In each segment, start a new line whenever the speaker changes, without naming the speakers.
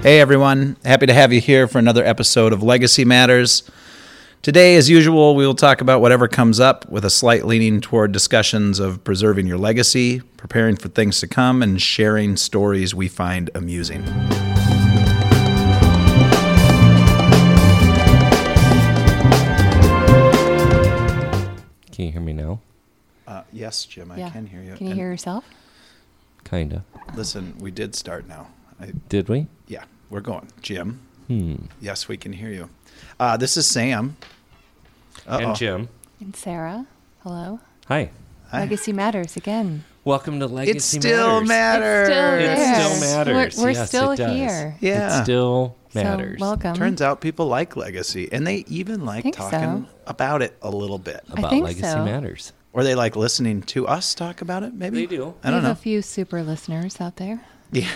Hey, everyone. Happy to have you here for another episode of Legacy Matters. Today, as usual, we will talk about whatever comes up with a slight leaning toward discussions of preserving your legacy, preparing for things to come, and sharing stories we find amusing.
Can you hear me now?
Uh, yes, Jim, I can hear you.
Can you
And
hear yourself?
Kinda.
Listen, we did start now. I,
Did we?
yeah, we're going. Jim.
Hmm.
Yes, we can hear you. Uh, this is Sam. Uh-oh.
And Jim.
And Sarah, hello.
Hi.
Hi.
Legacy matters again.
Welcome to Legacy
It still
It's
matters.
still there.
It still matters.
We're, we're
Yes,
still
it does.
here.
Yeah.
It still
So,
matters.
welcome.
Turns out people like legacy, and they even like
Think
talking
so.
about it a little bit,
I
About
think
Legacy
so.
Matters.
or they like listening to us talk about it. Maybe
They do.
I don't
we have
know.
a few super listeners out there.
yeah,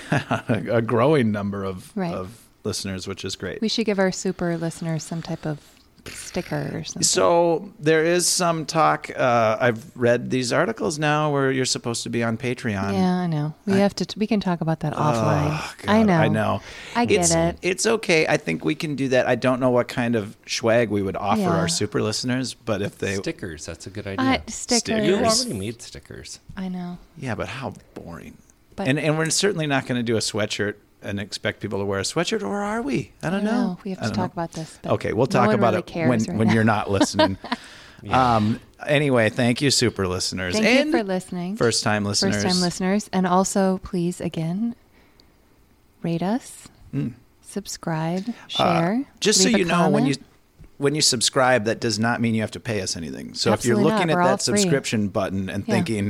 a growing number of
Right.
of listeners, which is great.
We should give our super listeners some type of sticker or something.
So there is some talk. Uh, I've read these articles now where you're supposed to be on Patreon.
yeah, I know. We have to. T- we can talk about that
Oh,
offline.
God,
I know.
I know.
I get
it's,
it.
It's okay. I think we can do that. I don't know what kind of swag we would offer
Yeah.
our super listeners, but if they,
stickers. That's a good
I,
idea.
stickers.
you
Stickers.
already made stickers.
I know.
yeah, but how boring.
But-
and and we're certainly not going to do a sweatshirt and expect people to wear a sweatshirt, or are we? I don't,
I know. We have
I
to
don't
talk
know.
about this. but
Okay, we'll
no
talk
one
about
really
it
cares
when
right
when
now.
you're not listening. Um. Anyway, thank you, super listeners,
Thank
and
you for listening.
first time listeners. uh,
first time listeners. And also, please, again, rate us, subscribe,
Mm. Uh,
share.
just so
leave a
you know, when you
comment.
when you subscribe, that does not mean you have to pay us anything. So if
Absolutely
you're looking
not.
at
We're all
that
free.
subscription button and
Yeah.
thinking,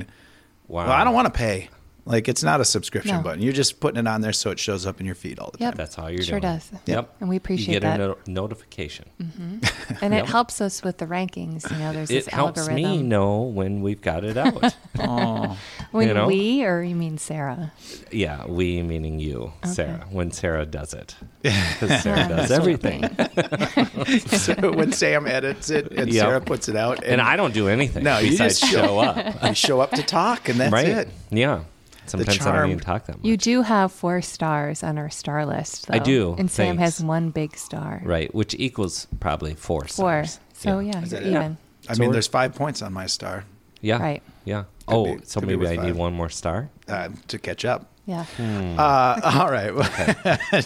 Wow.
"Well, I don't want to pay," like it's not a subscription
No.
button. You're just putting it on there so it shows up in your feed all the
Yep.
time.
That's how you're
Sure
doing.
does.
Yep.
Yep.
And we appreciate
you get
that.
a no- notification.
and
Yep.
it helps us with the rankings. You know, there's
It
this
helps
algorithm.
me know when we've got it out.
Oh,
when
you know?
we, or you mean Sarah?
yeah, we meaning you, Sarah. When Sarah does it, 'Cause
Yeah,
Sarah
that's
does
what I
everything,
mean.
so when Sam edits it and
Yep.
Sarah puts it out,
and I don't do anything.
No, you
besides
just
show up.
I show up to talk, and that's
right?
it.
Yeah. Sometimes I
charm.
don't even talk that much.
You do have four stars on our star list. Though,
I do,
And Sam
thanks.
has one big star.
Right, which equals probably four.
Four.
stars.
So yeah,
Is
you're
that it?
even.
I
So
mean,
we're-
there's five points on my star
Yeah.
Right.
Yeah.
Could
oh,
be-
so
could be
maybe
worth
I
five.
need one more star.
uh, to catch up.
Yeah.
Hmm.
Uh, all right,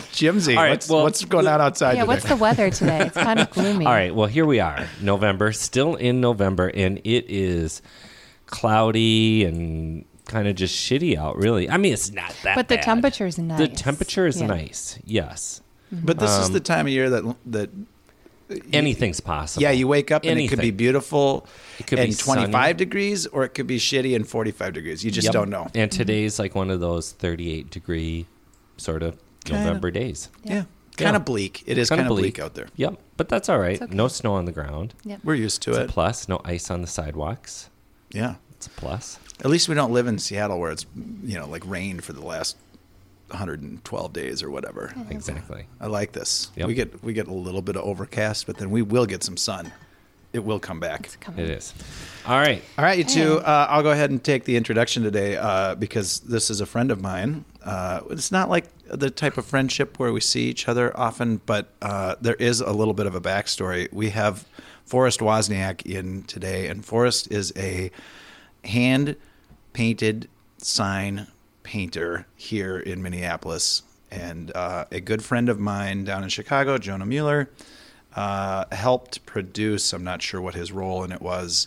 Jimsy,
All right,
what's,
well-
what's going on outside
Yeah.
today?
What's the weather today? It's kind of gloomy.
All right. Well, here we are, November, still in November, and it is cloudy and kind of just shitty out. Really, I mean, it's not that.
But the
bad.
temperature's nice.
The temperature is
Yeah.
nice. Yes.
But this
Um,
is the time of year that that
Anything's possible.
yeah, you wake up and it could be
Anything.
beautiful
It could be
and 25
sunny.
degrees or it could be shitty and 45 degrees. You just
Yep.
don't know.
And today's like one of those 38 degree sort of
Kinda.
November days.
Yeah.
Yeah.
Kind of bleak. It is
Kinda
kind of bleak.
bleak.
out there.
Yep. But that's all right.
okay.
No snow on the ground.
Yep.
We're used to
It's a
it.
plus. No ice on the sidewalks.
Yeah.
It's a plus.
At least we don't live in Seattle where it's, you know, like rained for the last 112 days or whatever.
Exactly.
I like this.
Yep.
We get we get a little bit of overcast, but then we will get some sun. It will come back.
It's coming.
It is. All right.
All right, you two. Uh, I'll go ahead and take the introduction today uh, because this is a friend of mine. Uh, it's not like the type of friendship where we see each other often, but uh, there is a little bit of a backstory. We have Forrest Wozniak in today, and Forrest is a hand painted sign painter here in Minneapolis and uh, a good friend of mine down in Chicago, Jonah Mueller, uh, helped produce, I'm not sure what his role in it was,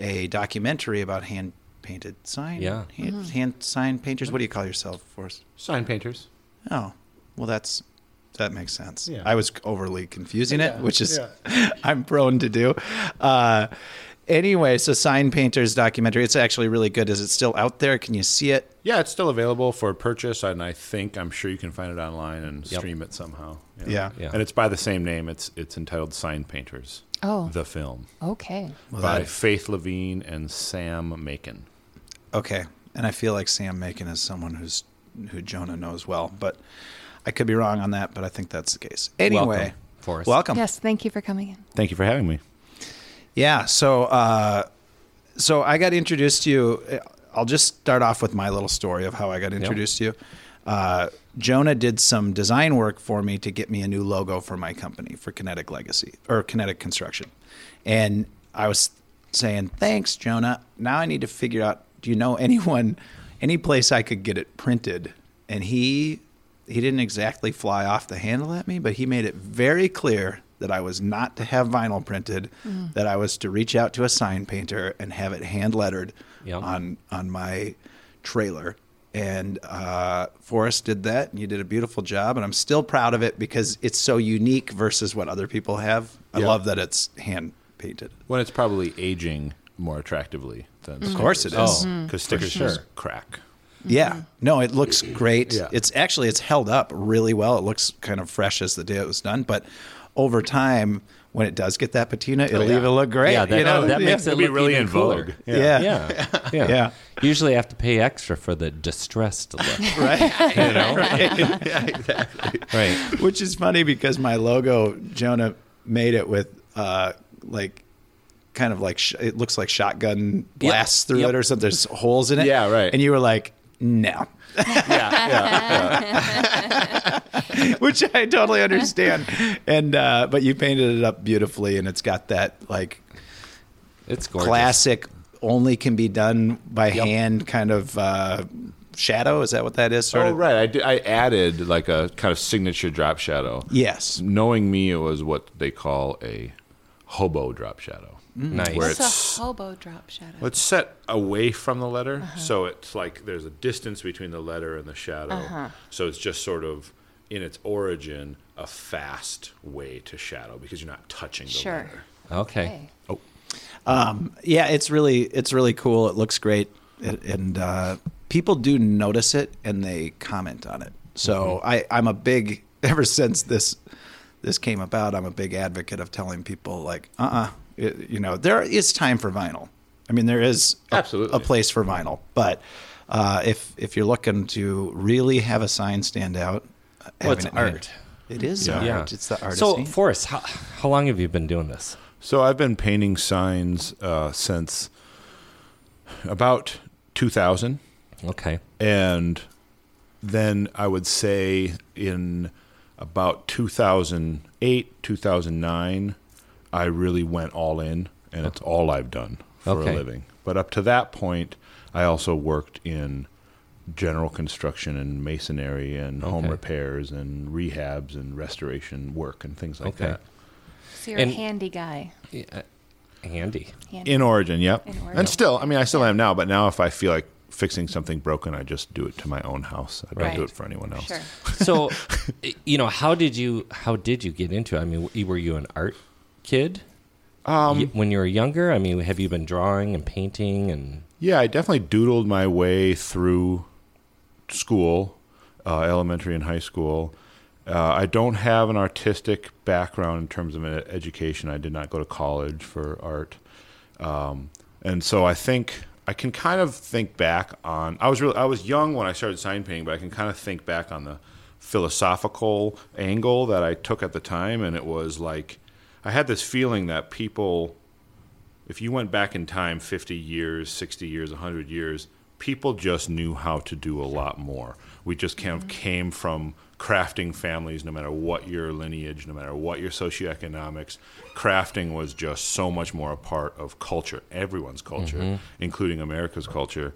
a documentary about hand painted sign.
Yeah.
Hand, hand sign painters. What do you call yourself, Forrest?
Sign painters.
Oh, well, that's. That makes sense.
Yeah.
I was overly confusing it,
Yeah,
which is I'm prone to do. Uh, anyway, so Sign Painters documentary. It's actually really good. Is it still out there? Can you see it?
Yeah, it's still available for purchase, and I think I'm sure you can find it online and
Yep.
stream it somehow.
Yeah.
Yeah.
and it's by the same name. It's it's entitled Sign Painters.
Oh.
the film
Okay.
by
that-
Faith Levine and Sam Macon.
Okay. And I feel like Sam Macon is someone who's who Jonah knows well, but I could be wrong on that, but I think that's the case. Anyway,
Welcome, Forrest.
Welcome.
Yes, thank you for coming in.
Thank you for having me.
Yeah. So, uh, so I got introduced to you. I'll just start off with my little story of how I got introduced to you. Uh, Jonah did some design work for me to get me a new logo for my company for Kinetic Legacy or Kinetic Construction. And I was saying, thanks, Jonah. Now I need to figure out do you know anyone, any place I could get it printed? And he he didn't exactly fly off the handle at me, but he made it very clear that I was not to have vinyl printed, that I was to reach out to a sign painter and have it hand lettered
Yeah.
on on my trailer. And uh, Forrest did that, and you did a beautiful job, and I'm still proud of it because it's so unique versus what other people have. I
Yeah.
love that it's hand painted.
When it's probably aging more attractively than Of
Mm-hmm. course it is. Mm.
Because stickers
Oh, sure.
just crack.
Yeah. No, it looks great.
Yeah.
It's actually it's held up really well. It looks kind of fresh as the day it was done, but over time when it does get that patina, it'll
yeah.
even look great.
Oh, yeah, that,
you know?
that
Yeah.
makes it
It'd be
look
really
even
in
cooler.
vogue.
Yeah. Yeah.
Yeah. yeah,
Yeah.
Usually, I have to pay extra for the distressed look.
Right.
You know,
Right.
right?
Which is funny because my logo, Jonah made it with uh like kind of like sh- it looks like shotgun blasts through
Yep.
it or something. There's holes in it.
Yeah, right.
And you were like, no.
yeah, yeah,
which I totally understand. And uh, but you painted it up beautifully, and it's got that like
It's gorgeous.
classic, only can be done by hand kind of uh, shadow. Is that what that is? Sort
oh,
of.
right. I, did, I added like a kind of signature drop shadow.
Yes.
Knowing me, it was what they call a hobo drop shadow.
Nice.
Where
It's
it's-
a hobo drop shadow.
Well, Mm. it's set away from the letter, so it's like there's a distance between the letter and the shadow. So it's just sort of in its origin a fast way to shadow because you're not touching the
Sure.
letter.
Okay.
Okay.
Yeah, it's really it's really cool. It looks great, it, and uh, people do notice it and they comment on it. So
Mm-hmm.
I I'm a big ever since this this came about. I'm a big advocate of telling people like uh uh you know there is time for vinyl. I mean there is a,
Absolutely.
a place for vinyl, but uh, if if you're looking to really have a sign stand out,
Well, it's
having it made-
art.
It is
Yeah.
art.
Yeah.
It's the artist.
So, Forrest, how, how long have you been doing this?
So I've been painting signs uh, since about 2000,
Okay.
and then I would say in about 2008, 2009, I really went all in, and it's all I've done for
Oh. Okay.
a living. But up to that point, I also worked in general construction and masonry and home
Okay.
repairs and rehabs and restoration work and things like
Okay.
that.
So you're
And-
a handy guy.
Handy.
Handy.
In origin, yep.
In origin.
And still, I mean, I still am now, but now if I feel like fixing something broken, I just do it to my own house. I don't
Right.
do it for anyone
Oh.
else.
sure.
So, y- you know, how did you how did you get into? it? I mean, w- were you an art kid? Um, when you were younger, I mean, have you been drawing and painting and
Yeah, I definitely doodled my way through school, uh, elementary and high school. Uh, I don't have an artistic background in terms of an e-, education. I did not go to college for art. Um, and so I think I can kind of think back on. I was really I was young when I started sign painting, but I can kind of think back on the philosophical angle that I took at the time, and it was like I had this feeling that people, if you went back in time fifty years, sixty years, hundred years, people just knew how to do a lot more. We just kind of came from crafting families no matter what your lineage no matter what your socioeconomics crafting was just so much more a part of culture everyone's culture including america's culture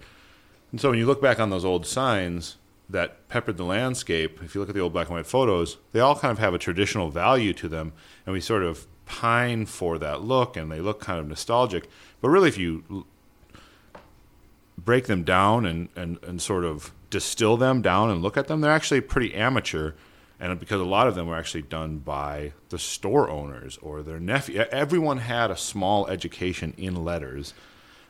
and so when you look back on those old signs that peppered the landscape, if you look at the old black and white photos, they all kind of have a traditional value to them. And we sort of pine for that look and they look kind of nostalgic. But really, if you l- break them down and, and, and sort of distill them down and look at them, they're actually pretty amateur. And because a lot of them were actually done by the store owners or their nephew, E, everyone had a small education in letters.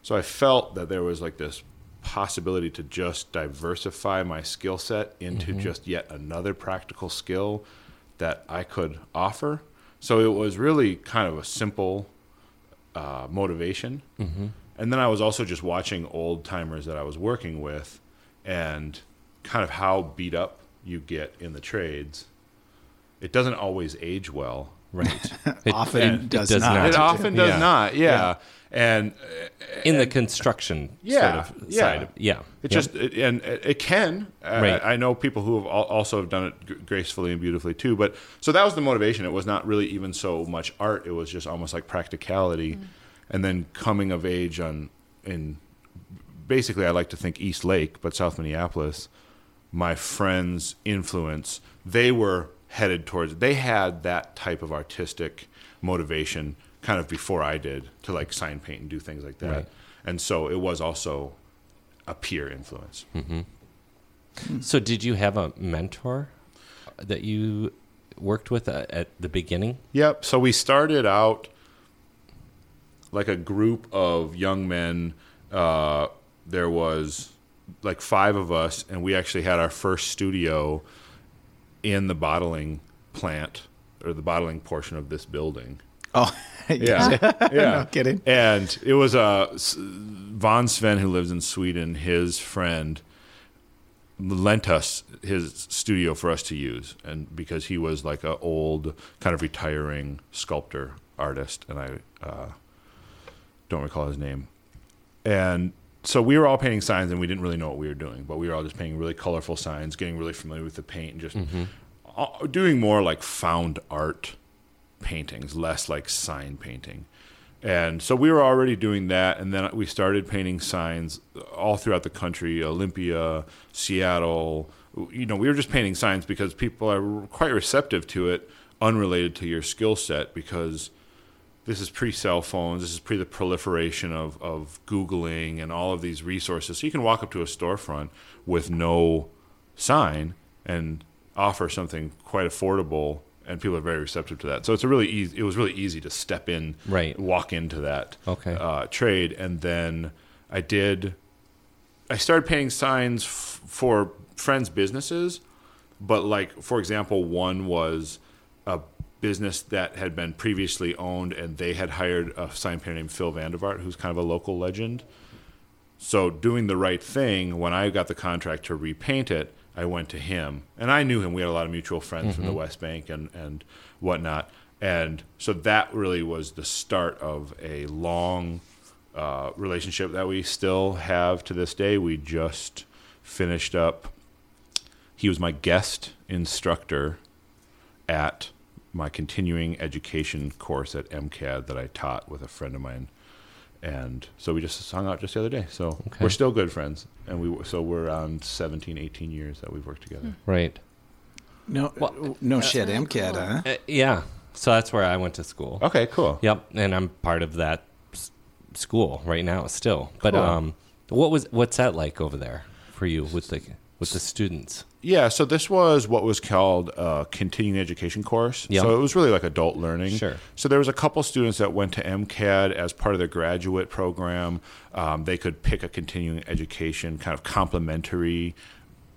So I felt that there was like this possibility to just diversify my skill set into just yet another practical skill that I could offer. So it was really kind of a simple uh, motivation. And then I was also just watching old timers that I was working with and kind of how beat up you get in the trades. It doesn't always age well.
right?
often
it
does,
does
not.
not.
It often does
Yeah.
not. Yeah. and
in the construction
Uh, Yeah,
sort of
yeah.
side of yeah
It
yeah.
just it, and it it can. I-
Right.
I, I know people who have al- also have done it g- gracefully and beautifully too. But so that was the motivation. It was not really even so much art. It was just almost like practicality, and then coming of age on in basically I like to think East Lake, but South Minneapolis. My friends' influence. They were headed towards. They had that type of artistic motivation kind of before I did to like sign paint and do things like that.
Right.
And so it was also a peer influence.
so did you have a mentor that you worked with uh, at the beginning
Yep. So we started out like a group of young men. Uh, there was like five of us, and we actually had our first studio in the bottling plant or the bottling portion of this building.
Oh,
Yeah. yeah.
No kidding.
And it was uh, S- Von Sven, who lives in Sweden, his friend lent us his studio for us to use and because he was like a old kind of retiring sculptor artist and i uh, don't recall his name and so we were all painting signs and we didn't really know what we were doing but we were all just painting really colorful signs getting really familiar with the paint and just uh, doing more like found art paintings less like sign painting and so we were already doing that and then we started painting signs all throughout the country olympia seattle you know we were just painting signs because people are quite receptive to it unrelated to your skill set because this is pre cell phones. This is pre the proliferation of, of Googling and all of these resources. So you can walk up to a storefront with no sign and offer something quite affordable, and people are very receptive to that. So it's a really easy. It was really easy to step in,
Right.
Walk into that
Okay.
uh, trade, and then I did. I started painting signs f- for friends' businesses, but like for example, one was a business that had been previously owned, and they had hired a sign painter named Phil Vandevart, who's kind of a local legend. So doing the right thing, when I got the contract to repaint it, I went to him, and I knew him. We had a lot of mutual friends from the West Bank and and whatnot, and so that really was the start of a long uh, relationship that we still have to this day. We just finished up. He was my guest instructor at my continuing education course at MCAD that I taught with a friend of mine. And so we just hung out just the other day. So we're still good friends. And we so we're on 17, 18 years that we've worked together.
right
No,
Well,
no shit,
really
MCAD,
cool.
huh?
Uh, yeah so that's where i went to school
Okay, cool.
Yep, and I'm part of that s- school right now still. But
Cool.
um, what was what's that like over there for you with the with the students?
Yeah, so this was what was called a continuing education course.
Yeah.
So it was really like adult learning.
Sure.
So there was a couple students that went to MCAD as part of their graduate program. Um, they could pick a continuing education kind of complementary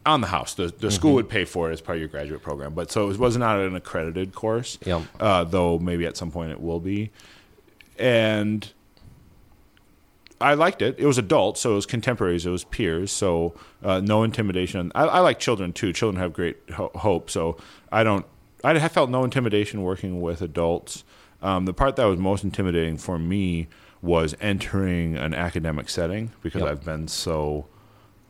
on the house. The, the
Mm-hmm.
school would pay for it as part of your graduate program. But so it was not an accredited course,
Yeah.
uh, though maybe at some point it will be. And I liked it. It was adults, so it was contemporaries, it was peers, so uh, no intimidation. I, I like children too. Children have great ho- hope, so I don't. I have felt no intimidation working with adults. Um, the part that was most intimidating for me was entering an academic setting because
Yep.
I've been so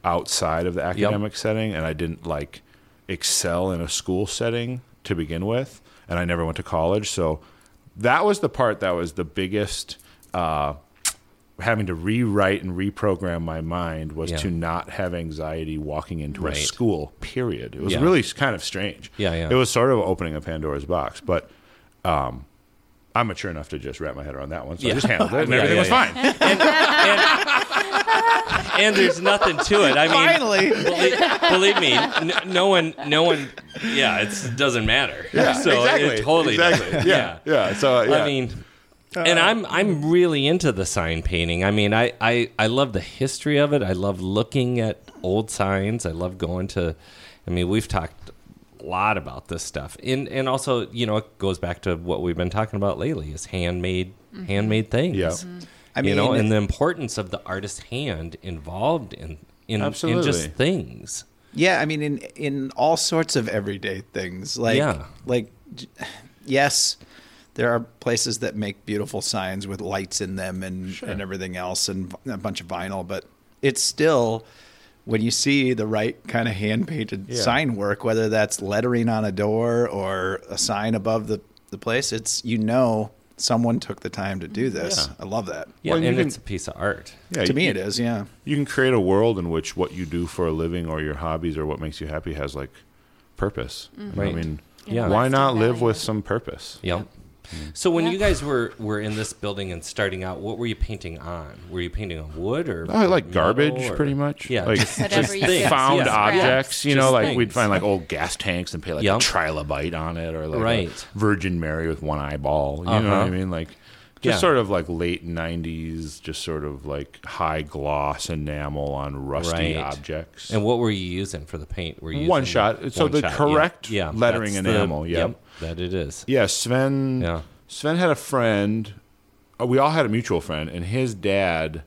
outside of the academic setting, and I didn't like excel in a school setting to begin with, and I never went to college, so that was the part that was the biggest. Uh, having to rewrite and reprogram my mind was
Yeah.
to not have anxiety walking into
Right.
a school period it was
Yeah.
really kind of strange
Yeah, yeah.
it was sort of opening a pandora's box but um i'm mature enough to just wrap my head around that one so
Yeah.
i just handled it and
Yeah,
everything
yeah,
was
yeah.
fine
And there's nothing to it. I mean,
Finally.
believe, believe me, n- no one, no one. Yeah, it's, it doesn't matter.
yeah
so
exactly
it totally
exactly
doesn't.
yeah yeah, so yeah
I mean,
Uh,
and I'm I'm really into the sign painting. I mean, I, I I love the history of it. I love looking at old signs. I love going to. I mean, we've talked a lot about this stuff, and and also you know it goes back to what we've been talking about lately is handmade handmade things.
Yeah. Mhm.
Mm-hmm. I
you know,
mean-
and the importance of the artist's hand involved in in, in
Absolutely.
just things.
Yeah, I mean, in in all sorts of everyday things, like
Yeah.
like j- yes, there are places that make beautiful signs with lights in them and, and everything else and v- a bunch of vinyl, but it's still when you see the right kind of hand painted
Yeah.
sign work, whether that's lettering on a door or a sign above the, the place, it's you know someone took the time to do this.
Yeah.
I love that.
Yeah,
Well, you
and
can-
it's a piece of art.
Yeah,
to
you-
me, it is. Yeah.
you can create a world in which what you do for a living or your hobbies or what makes you happy has like purpose. I
Right.
mean,
Yeah.
why
Lasting
not live
value.
with some purpose?
Yep. So when
Yeah.
you guys were were in this building and starting out, what were you painting on? Were you painting on wood or
I like
metal
garbage
or-
pretty much.
Yeah,
like
just-
Whatever you
things,
get.
found
yeah.
objects, you
Just
know, like
things.
we'd find like old gas tanks and paint like
Yep.
a trilobite on it or like a
Right.
Virgin Mary with one eyeball. You know what I
Uh-huh.
mean? Like just
Yeah.
sort of like late '90s, just sort of like high gloss enamel on rusty
Right.
objects.
And what were you using for the paint? Were you
One
using
shot. So the
yeah.
correct lettering
that's
enamel,
The,
yep.
that it is.
Yeah, Sven.
Yeah.
Sven had a friend. uh, We all had a mutual friend, and his dad,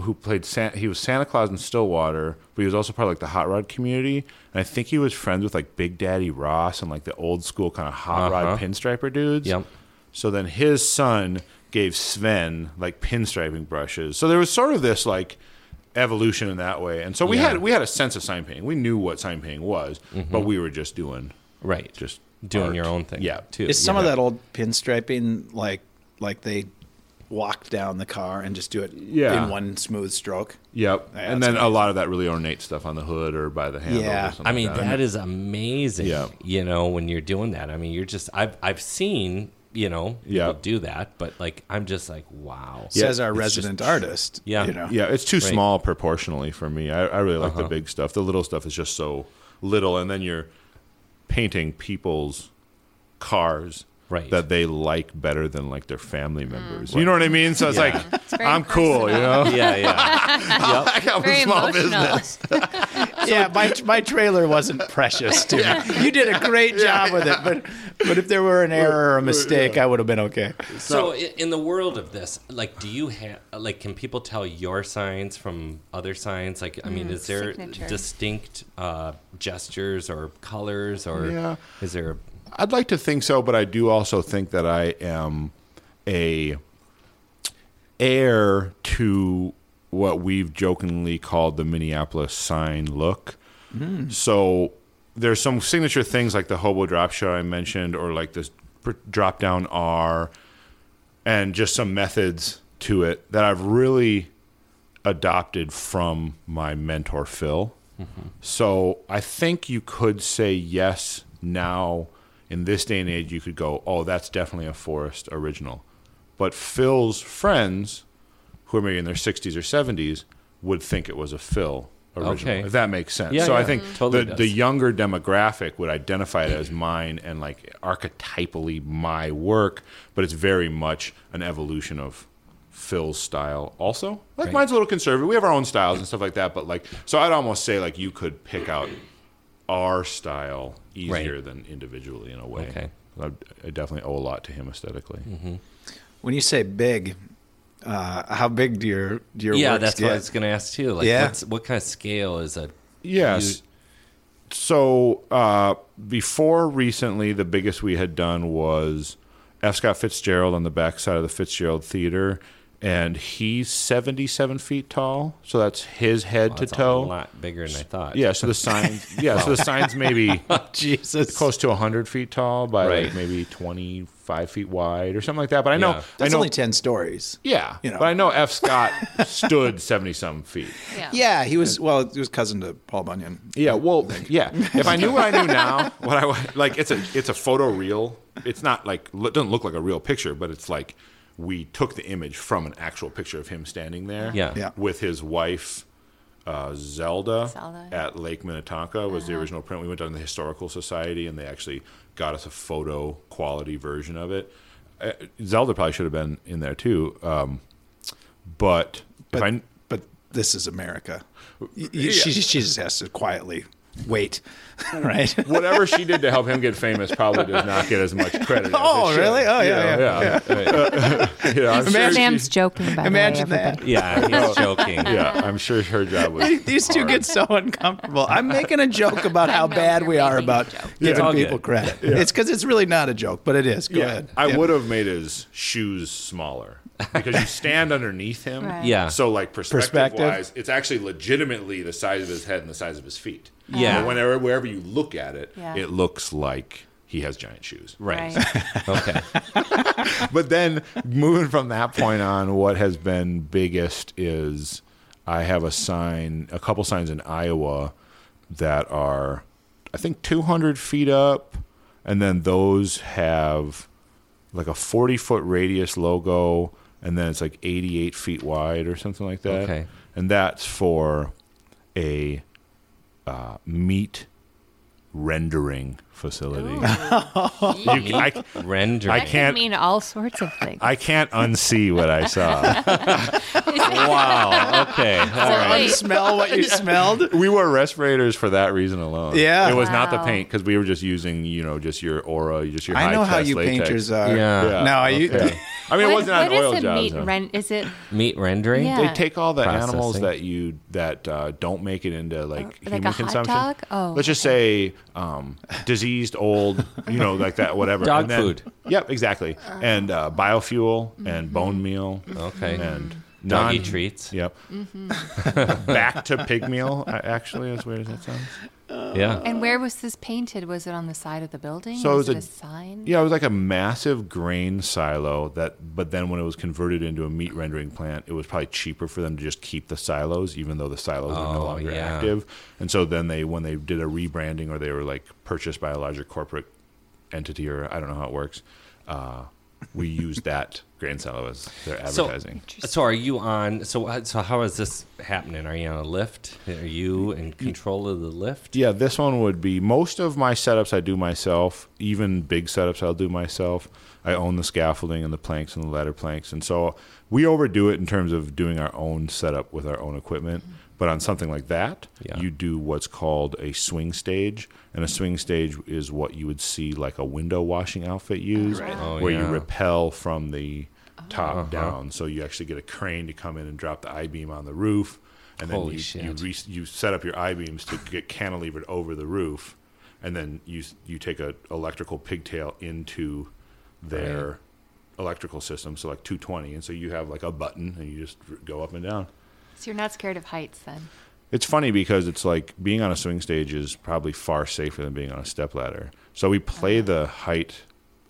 who played San, he was Santa Claus in Stillwater, but he was also part of like the hot rod community. And I think he was friends with like Big Daddy Ross and like the old school kind of hot rod
Uh-huh.
pinstriper dudes.
Yep.
So then his son gave Sven like pinstriping brushes. So there was sort of this like evolution in that way. And so we
Yeah. Mm-hmm.
had we had a sense of sign painting. We knew what sign painting was, but we were just doing
Right.
just
doing
art.
your own thing.
Yeah.
Too.
Is some
yeah.
of that old pinstriping like like they walk down the car and just do it
Yeah.
in one smooth stroke?
Yep.
Yeah,
and
that's
then a lot of that really ornate stuff on the hood or by the handle.
Yeah.
Or something
I mean,
like
that is amazing.
Yeah.
You know, when you're doing that, I mean, you're just I've I've seen you know people
Yeah.
do that, but like I'm just like wow.
Yeah,
Says our
it's
resident
just-
artist.
Yeah.
You know.
Yeah, it's too
Right.
small proportionally for me. I, I really like the big stuff. The little stuff is just so little, and then you're painting people's cars
Right.
that they like better than like their family members. You know what I mean? So it's
Yeah.
like
very
I'm cool, you know.
Yeah, yeah.
I got
Very
a small
emotional.
business.
yeah, my my trailer wasn't precious to me. You did a great job with it, but but if there were an error or a mistake, I would have been okay.
so i- in the world of this, like, do you have like can people tell your signs from other signs? Like, I mean, is there
Mm, signature.
distinct uh, gestures or colors or
Yeah.
is there?
I'd like to think so, but I do also think that I am a heir to what we've jokingly called the Minneapolis sign look. So there's some signature things like the hobo drop shot I mentioned, or like this drop down R, and just some methods to it that I've really adopted from my mentor Phil. So I think you could say yes now in this day and age. You could go, oh, that's definitely a Forest original. But Phil's friends, who are maybe in their 60s or 70s, would think it was a Phil original.
Okay.
If that makes sense.
Yeah,
so I
yeah.
think
Mhm. Totally
the,
does.
the younger demographic would identify it as mine and like archetypally my work, but it's very much an evolution of Phil's style also. Like
Right.
mine's a little conservative. We have our own styles and stuff like that, but like so I'd almost say like you could pick out our style easier
Right.
than individually in a way.
Okay. Hmm.
I, I definitely owe a lot to him esthetically
When you say big, uh, how big do your do your
yeah,
works
that's
get?
what I was going to ask too. Like,
Yeah.
what's, what kind of scale is a?
Yes.
you-
so uh, before recently, the biggest we had done was F. Scott Fitzgerald on the backside of the Fitzgerald Theater, and he's 77 feet tall. So that's his head to
That's
toe.
a lot bigger than I thought.
Yeah. So the signs. yeah. So the signs maybe
Jesus.
close to 100 feet tall by like
Right.
maybe 25 feet wide or something like that. But I know.
Yeah.
That's
I know.
only ten stories.
yeah.
you know.
But I know F. Scott stood 70 some feet.
Yeah.
Yeah, he was well. He was cousin to Paul Bunyan.
Yeah, well, yeah. If I knew what I knew now, what I would- like, it's a it's a photo reel. It's not like it doesn't look like a real picture, but it's like we took the image from an actual picture of him standing there.
Yeah.
Yeah.
with his wife. Uh, Zelda,
Zelda.
at Lake Minnetonka was the original print. We went down to the historical society, and they actually got us a photo quality version of it. Uh, Zelda probably should have been in there too, um, but, if I
But this is America. Y- y- She, she just has to quietly wait, right?
Whatever she did to help him get famous probably does not get as much credit.
Oh,
as it should.
really? Oh, yeah,
yeah. yeah. You know, I'm sure
Imagine-
she-
Sam's joking, by
Imagine
the way,
that.
everybody.
Yeah, he's joking.
yeah, I'm sure her job was.
These two
hard.
get so uncomfortable. I'm making a joke about how
know
bad
you're
we are
making a
about
joke.
giving
all good.
people credit. It's because it's really not a joke, but it is. Go
Yeah,
ahead.
I
Yeah.
would have made his shoes smaller because you stand underneath him.
Right.
Yeah.
So like perspective,
Perspective.
wise, it's actually legitimately the size of his head and the size of his feet.
Yeah.
But whenever wherever you look at it,
Yeah.
it looks like he has giant shoes.
Right. Okay.
But then moving from that point on, what has been biggest is I have a sign, a couple signs in Iowa that are, I think, 200 feet up. And then those have like a 40 foot radius logo. And then it's like 88 feet wide or something like that.
Okay.
And that's for a uh, meat rendering facility.
Meat
I-
rendering.
I
That can
can't-
mean all sorts of things.
I can't unsee what I saw.
Wow. Okay. All right.
You smell what you smelled.
we wore respirators for that reason alone.
Yeah.
it was not the
Wow.
paint because we were just using you know just your aura, just your.
I know how
high-test
you
latex.
painters are.
Yeah.
Yeah.
No, you-
okay. I mean, it
What-
wasn't on
what is
oil
a
jobs.
meat
huh?
ren- Is it
Meat rendering.
Yeah.
they take all the animals
Processing.
that you that uh, don't make it into
Oh,
like,
like
human
a hot
consumption.
dog? Oh,
Let's just say um, diseased, old, you know, like that, whatever.
Dog
And then-
food.
Yep, exactly. And uh, biofuel
Mm-hmm.
and bone meal. uh,
Okay.
And
Doggy
non-
treats.
Yep.
Mm-hmm.
Back to pig meal, uh, actually, as weird as that sounds.
yeah.
And where was this painted? Was it on the side of the building?
So it
was it
was a-
a sign?
Yeah, it was like a massive grain silo that, but then when it was converted into a meat rendering plant, it was probably cheaper for them to just keep the silos, even though the silos were no
Oh,
longer
yeah.
active. And so then they, when they did a rebranding or they were like purchased by a larger corporate entity or I don't know how it works, uh, we used that grain silo as their advertising.
So are you on? So uh, so how is this happening? Are you on a lift? Are you in control of the lift?
Yeah, this one would be most of my setups I do myself. Even big setups I'll do myself. I own the scaffolding and the planks and the ladder planks, and so we overdo it in terms of doing our own setup with our own equipment. But on something like that,
Yeah.
you do what's called a swing stage, and a swing stage is what you would see like a window washing outfit use,
Oh,
where you
yeah. Uh-huh.
rappel from the top down. So you actually get a crane to come in and drop the I beam on the roof, and then
Holy
you, you
shit.
re- you set up your I beams to get cantilevered over the roof, and then you you take a electrical pigtail into their electrical system, so like 220, and so you have like a button, and you just r- go up and down.
So you're not scared of heights then?
It's funny because it's like being on a swing stage is probably far safer than being on a step ladder. So we play the height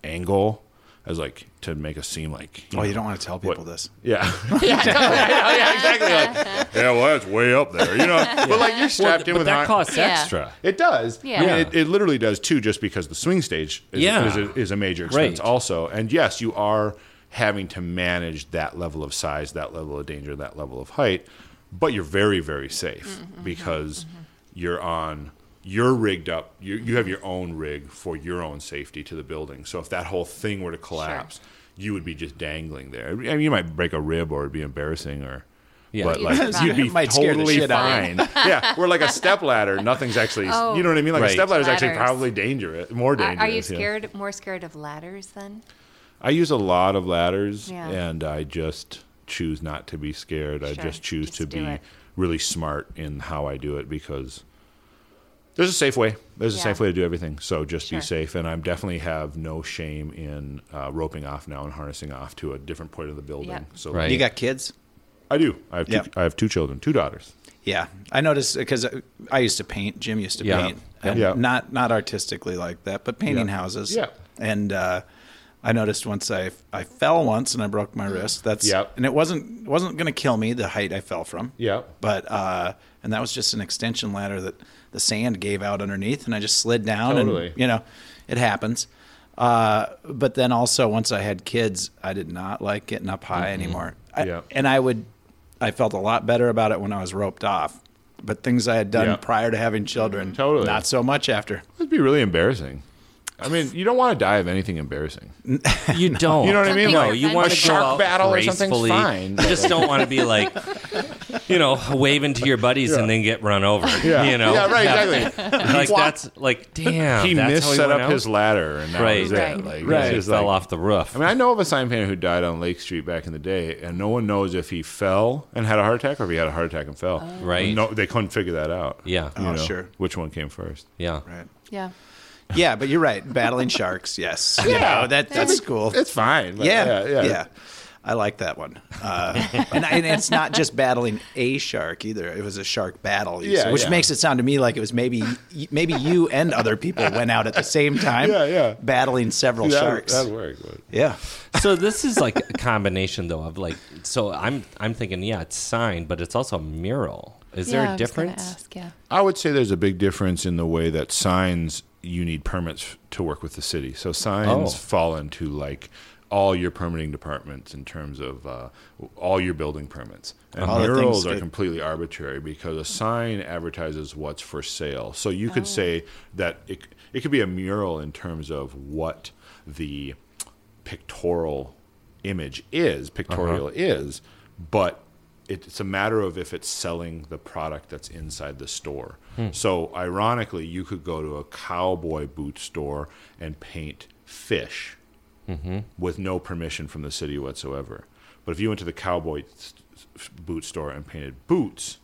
angle as like to make us seem like
Oh, you don't want to tell people this.
yeah. yeah, Oh, yeah, exactly. Like, yeah, well, that's way up there, you know. But like you're strapped in
but
with
that
high-
costs
Yeah.
extra.
It does.
Yeah.
I mean,
Yeah.
it, it literally does too, just because the swing stage is,
Yeah.
is, a, is a major expense
Right.
also. And yes, you are having to manage that level of size, that level of danger, that level of height, but you're very, very safe because you're on. You're rigged up. You, you have your own rig for your own safety to the building. So if that whole thing were to collapse, you would be just dangling there. I mean, you might break a rib or it'd be embarrassing or.
Yeah.
But
You'd
like
survive.
you'd be
Might scare the
totally
shit out of
fine. yeah, we're like a step ladder. Nothing's actually.
Oh.
you know what I mean? Like
Right.
a step ladder is actually
Ladders.
probably dangerous, more
Are,
dangerous.
are you
yeah.
scared, more scared of ladders then?
I use a lot of ladders,
Yeah.
and I just choose not to be scared. I
Sure.
just choose
Just
to
do
be
it.
really smart in how I do it because there's a safe way. There's a
Yeah.
safe way to do everything. So just
Sure.
be safe. And I definitely have no shame in uh, roping off now and harnessing off to a different point of the building.
Yep.
So
Right.
You got kids?
I do. I have two,
Yep.
I have two children, two daughters.
Yeah, I noticed because I used to paint. Jim used to
Yeah.
paint, and
Yeah.
not not artistically like that, but painting
Yeah.
houses.
Yeah.
and uh, I noticed once I I fell once and I broke my wrist. That's
Yep.
and it wasn't it wasn't going to kill me the height I fell from.
Yep.
but uh, and that was just an extension ladder that the sand gave out underneath, and I just slid down.
Totally.
And you know, it happens. Uh, but then also once I had kids, I did not like getting up high anymore. I-
Mm-hmm. Yeah.
and I would, I felt a lot better about it when I was roped off. But things I had done
Yeah.
prior to having children,
Totally.
not so much after.
It'd be really embarrassing. I mean, you don't want to die of anything embarrassing.
You don't.
You know what I mean?
Something
No,
Like
like
you
that.
want
A
to
shark
go out
battle or something's
gracefully.
fine.
You just don't want to be like, you know, waving to your buddies and then get run over. You know,
Yeah, right, exactly.
Like
He walked-
that's like damn.
he
that's
missed
how
set
went
up
out?
his ladder, and that
Right.
was it.
Right.
Like,
Right,
it's just
fell
like-
off the roof.
I mean, I know of a sign painter who died on Lake Street back in the day, and no one knows if he fell and had a heart attack or if he had a heart attack and fell.
Right.
No, they couldn't figure that out.
yeah,
You
Oh,
know,
sure.
Which one came first?
yeah.
Right.
Yeah.
Yeah, but you're right. Battling sharks, yes. You know, that that's cool.
It's fine. but
yeah,
yeah,
yeah, I like that one. Uh, and, and it's not just battling a shark either. It was a shark battle, you
Yeah,
said, which
yeah.
makes it sound to me like it was maybe maybe you and other people went out at the same time,
Yeah, yeah.
battling several
That-
sharks.
That'd work. but-
yeah,
So this is like a combination though of like. So I'm I'm thinking yeah, it's signed, but it's also a mural. Is
yeah,
there
I
a
was gonna
difference?
ask, yeah.
I would say there's a big difference in the way that signs you need permits f- to work with the city. So signs
Oh.
fall into like all your permitting departments in terms of uh, all your building permits. And
All the things
murals are
that-
completely arbitrary because a sign advertises what's for sale. So you could say that it it could be a mural in terms of what the pictorial image is, pictorial is, but it, it's a matter of if it's selling the product that's inside the store. So, ironically, you could go to a cowboy boot store and paint fish with no permission from the city whatsoever. But if you went to the cowboy s- s- boot store and painted boots,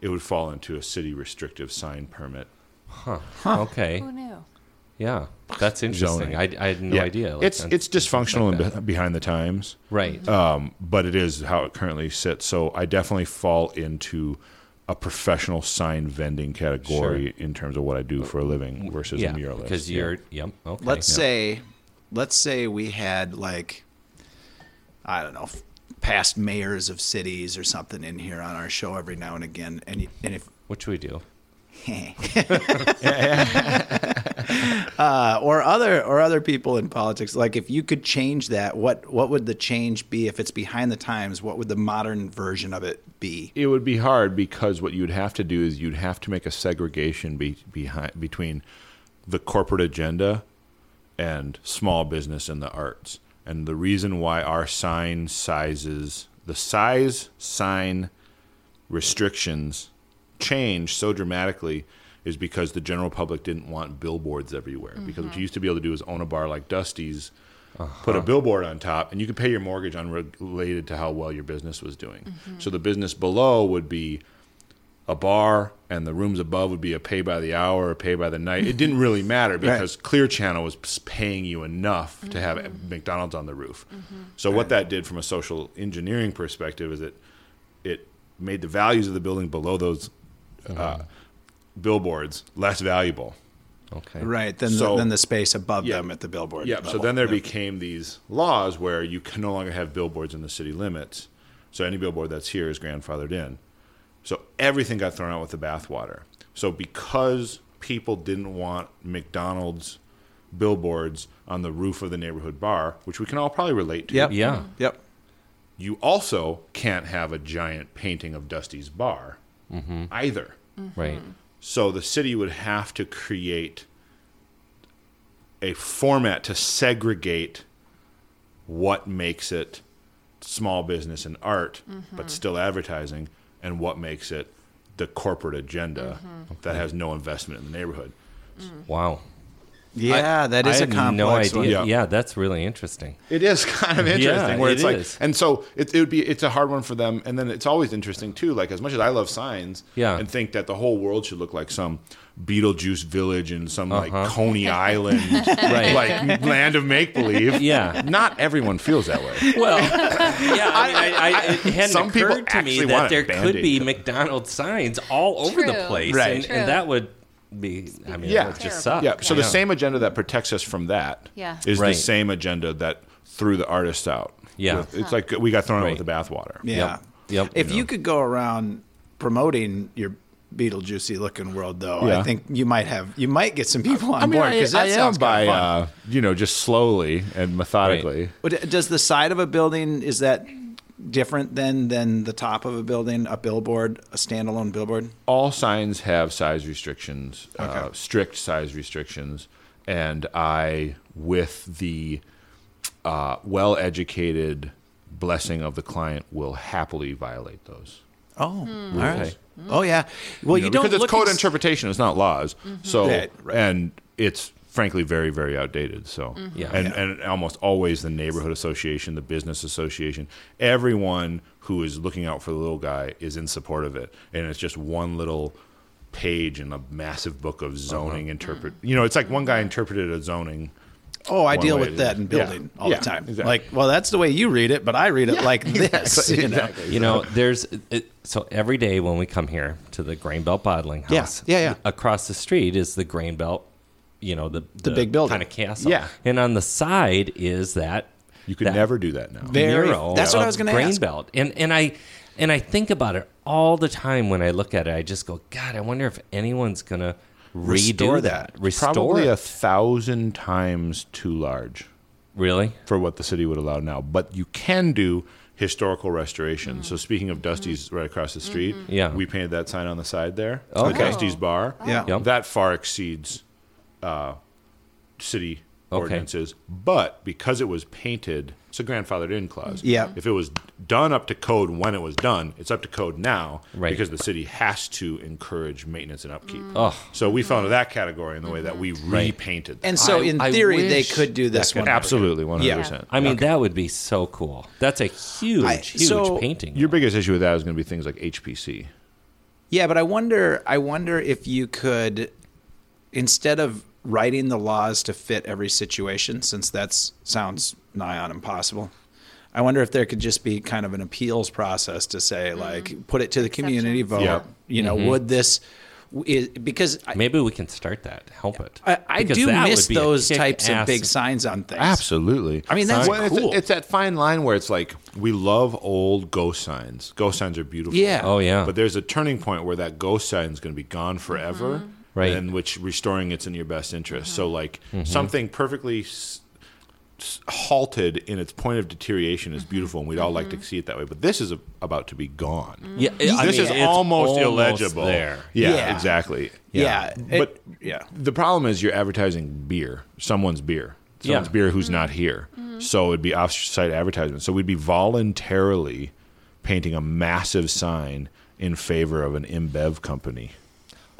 it would fall into a city restrictive sign permit.
Okay.
Who knew?
Yeah, that's interesting.
Zoning.
I, I had no
Yeah.
idea. like,
it's
on-
it's dysfunctional and be- behind the times.
right.
um, but it is how it currently sits. So I definitely fall into a professional sign vending category in terms of what I do for a living versus
yeah,
a muralist.
because you're yep. Okay.
let's say let's say we had like I don't know f- past mayors of cities or something in here on our show every now and again, and you, and if
what should we do?
uh, or other or other people in politics. Like if you could change that, what what would the change be? If it's behind the times, what would the modern version of it be?
It would be hard because what you'd have to do is you'd have to make a segregation be, behind between the corporate agenda and small business and the arts. And the reason why our sign sizes, the size sign restrictions change so dramatically is because the general public didn't want billboards everywhere. Because what you used to be able to do is own a bar like Dusty's, put a billboard on top, and you could pay your mortgage unrelated to how well your business was doing. So the business below would be a bar, and the rooms above would be a pay by the hour or pay by the night. It didn't really matter because Clear Channel was paying you enough to have McDonald's on the roof. So what that did from a social engineering perspective is it it made the values of the building below those uh, billboards less valuable.
Okay.
Right. Then
So-
the, then the space above
Yeah.
them at the billboard.
Yeah. So
level.
then there became these laws where you can no longer have billboards in the city limits. So any billboard that's here is grandfathered in. So everything got thrown out with the bathwater. So because people didn't want McDonald's billboards on the roof of the neighborhood bar, which we can all probably relate to,
Yep.
Yeah.
Yep.
you also can't have a giant painting of Dusty's bar either.
Mm-hmm.
Right.
So the city would have to create a format to segregate what makes it small business and art, but still advertising, and what makes it the corporate agenda that has no investment in the neighborhood.
Wow.
Yeah. that is
I
a
had
complex
no idea.
one.
Yeah. that's really interesting.
It is kind of interesting where
it
it's like,
is.
and so it, it would be, it's a hard one for them. And then it's always interesting too. Like as much as I love signs
Yeah.
and think that the whole world should look like some Beetlejuice village and some like Coney Island,
Uh-huh. Right.
like land of make believe.
Yeah.
Not everyone feels that way.
Well, yeah, I, mean, I, I, it hadn't
Some people
occurred to me
actually
that
want a
there could
Band-Aid
be
cover.
McDonald's signs all over the
True.
place,
Right.
and,
True.
and that would be. I mean,
Yeah.
that would just
Terrible.
suck.
Yeah. So the same agenda that protects us from that is
Yeah.
Right.
the same agenda that threw the artists out.
Yeah.
With- It's like we got thrown out with the bathwater.
Yeah.
Yep.
If you could go around promoting your Beetlejuicy looking world, though, I
Yeah.
think you might have you might get some people on
I mean,
board
I,
because that
I am
sounds
by,
kinda fun.
uh, you know, just slowly and methodically.
But does the side of a building is that different than than the top of a building, a billboard, a standalone billboard?
all signs have size restrictions, uh, strict size restrictions, and I, with the uh, well educated blessing of the client, will happily violate those.
Oh, all right. Oh yeah. Well, you,
know,
don't
Hmm. because
look
it's code
ex- Mm-hmm.
interpretation; it's not laws. So
Right, right.
and it's frankly very very outdated. So
Mm-hmm.
Yeah.
and and almost always the neighborhood association, the business association, everyone who is looking out for the little guy is in support of it, and it's just one little page in a massive book
Uh-huh.
of zoning
Mm-hmm.
interpret. You know, it's like one guy interpreted a zoning.
Oh, I
one
deal
way
with
to-
that in building
Yeah,
all
yeah,
the time.
exactly.
Like, well, that's the way you read it, but I read it like this. You know?
You know, there's it, so every day when we come here to the Grain Belt Bottling
Yeah,
House,
yeah, yeah.
across the street is the Grain Belt, you know, the the,
big building.
kind of castle,
Yeah.
and on the side is that
You could
that
never do that now.
Very-
mural
that's what I
of
was gonna
Grain
ask.
Belt, and and I and I think about it all the time when I look at it. I just go, God, I wonder if anyone's gonna redo
Restore that.
Restore
Probably a
it.
thousand times too large.
really.
for what the city would allow now. But you can do historical restoration. So speaking of Dusty's right across the street,
Mm-hmm. Yeah.
we painted that sign on the side there, the
Okay.
Dusty's bar.
Yeah.
Yep.
That far exceeds uh, city
Okay.
ordinances. But because it was painted, it's a grandfathered in clause.
Yeah.
If it was done up to code when it was done, it's up to code now
Right.
because the city has to encourage maintenance and upkeep.
Oh,
So we fell into that category in the way that we repainted.
And
that.
so,
I-
in
I
theory, they
wish
could do this one.
absolutely 100%.
I mean, that would be so cool. That's a huge,
I-
huge
so-
painting.
Your biggest issue with that is going to be things like HPC.
Yeah, but I wonder. I wonder if you could, instead of writing the laws to fit every situation, since that sounds nigh on impossible. I wonder if there could just be kind of an appeals process to say,
Mm-hmm.
like, put it to the community vote.
Exceptions.
Yeah.
You know, would this? Is, because I,
Maybe we can start that. Help it.
I, I
Because
do
that
miss
would be a
those
kick
types of
ass-
big signs on things.
Absolutely.
I mean, that's
it's-
cool.
It's, that fine line where it's like we love old ghost signs. Ghost signs are beautiful.
Yeah.
Oh yeah.
But there's a turning point where that ghost sign is going to be gone forever,
Mm-hmm.
Right.
And which restoring it's in your best interest. So like something perfectly s- s- halted in its point of deterioration
Mm-hmm.
is beautiful, and we'd all like to see it that way. But this is a, about to be gone.
Mm-hmm.
yeah, I
this
mean,
is
it's
almost, illegible.
There.
Yeah,
Yeah.
exactly.
Yeah. It-
but
yeah.
the problem is you're advertising beer, someone's beer, someone's
Yeah.
beer who's
Mm-hmm.
not here. So it'd be off-site advertisement. So we'd be voluntarily painting a massive sign in favor of an InBev company.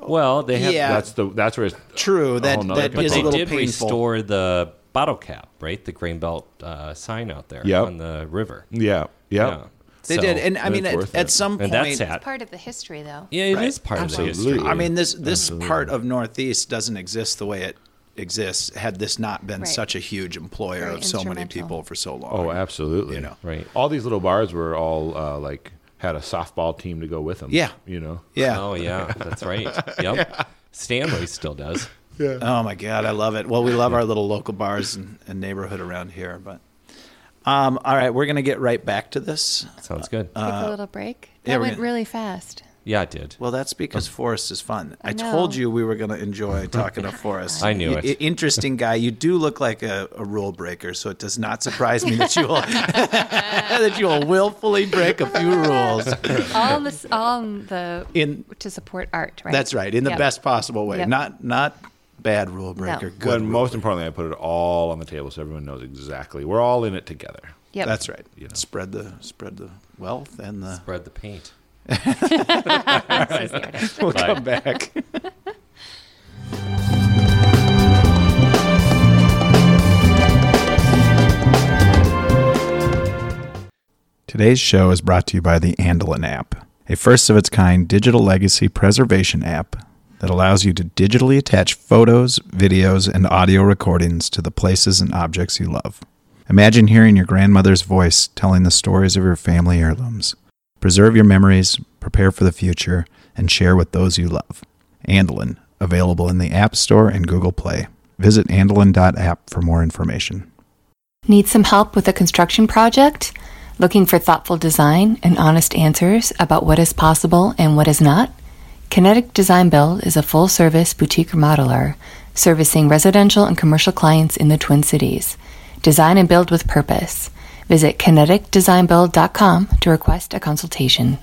Well, they have.
Yeah.
That's the that's where it's
True,
a
that-
whole nother
that
But
is It's a
they
component.
little
did
painful.
restore the bottle cap, right? The grain belt uh, sign out there
Yep.
on the river.
yeah, yeah.
They
So-
did, and I
it's
mean, at,
worth
at
it.
some point,
and that's
It's
that.
part of the history, though.
Yeah, it is
Right.
part of the
Absolutely.
history.
I mean, this this part of Northeast doesn't exist the way it exists had this not been
Right.
such a huge employer
Very
of so many
instrumental.
people for so long.
Oh, absolutely.
You know.
Right.
All these little bars were all uh, like had a softball team to go with them.
Yeah.
You know.
yeah.
Oh
Oh.
yeah, that's right. Yep. Stanley still does.
Oh, my God, I love it. Well, we love our little local bars and, and neighborhood around here, but. Um, all right, we're gonna get right back to this.
Sounds good.
Take a little break. That
yeah, we're
went
gonna-
really fast.
yeah, I did.
Uh, Well, that's because
Oh.
Forrest is fun. I,
I know.
told you we were going to enjoy talking to Forrest.
I knew
You-
it.
i- Interesting guy. You do look like a, a rule breaker, so it does not surprise me that you will that you will willfully break a few rules.
All this, all the
In
to support art, right?
that's right, in the
Yep.
best possible way.
Yep.
Not not bad rule breaker.
No.
Good.
But
rule-
most importantly, I put it all on the table so everyone knows exactly. We're all in it together.
Yep.
That's right.
You know.
Spread the spread the wealth and the.
Spread the paint.
So there it is.
We'll
Bye.
come back. Today's show is brought to you by the Andelin app, a first of its kind digital legacy preservation app that allows you to digitally attach photos, videos, and audio recordings to the places and objects you love. Imagine hearing your grandmother's voice telling the stories of your family heirlooms. Preserve your memories, prepare for the future, and share with those you love. Andelin, available in the App Store and Google Play. Visit andelin.app for more information.
Need some help with a construction project? Looking for thoughtful design and honest answers about what is possible and what is not? Kinetic Design Build is a full service boutique remodeler servicing residential and commercial clients in the Twin Cities. Design and build with purpose. Visit kineticdesignbuild.com to request a consultation.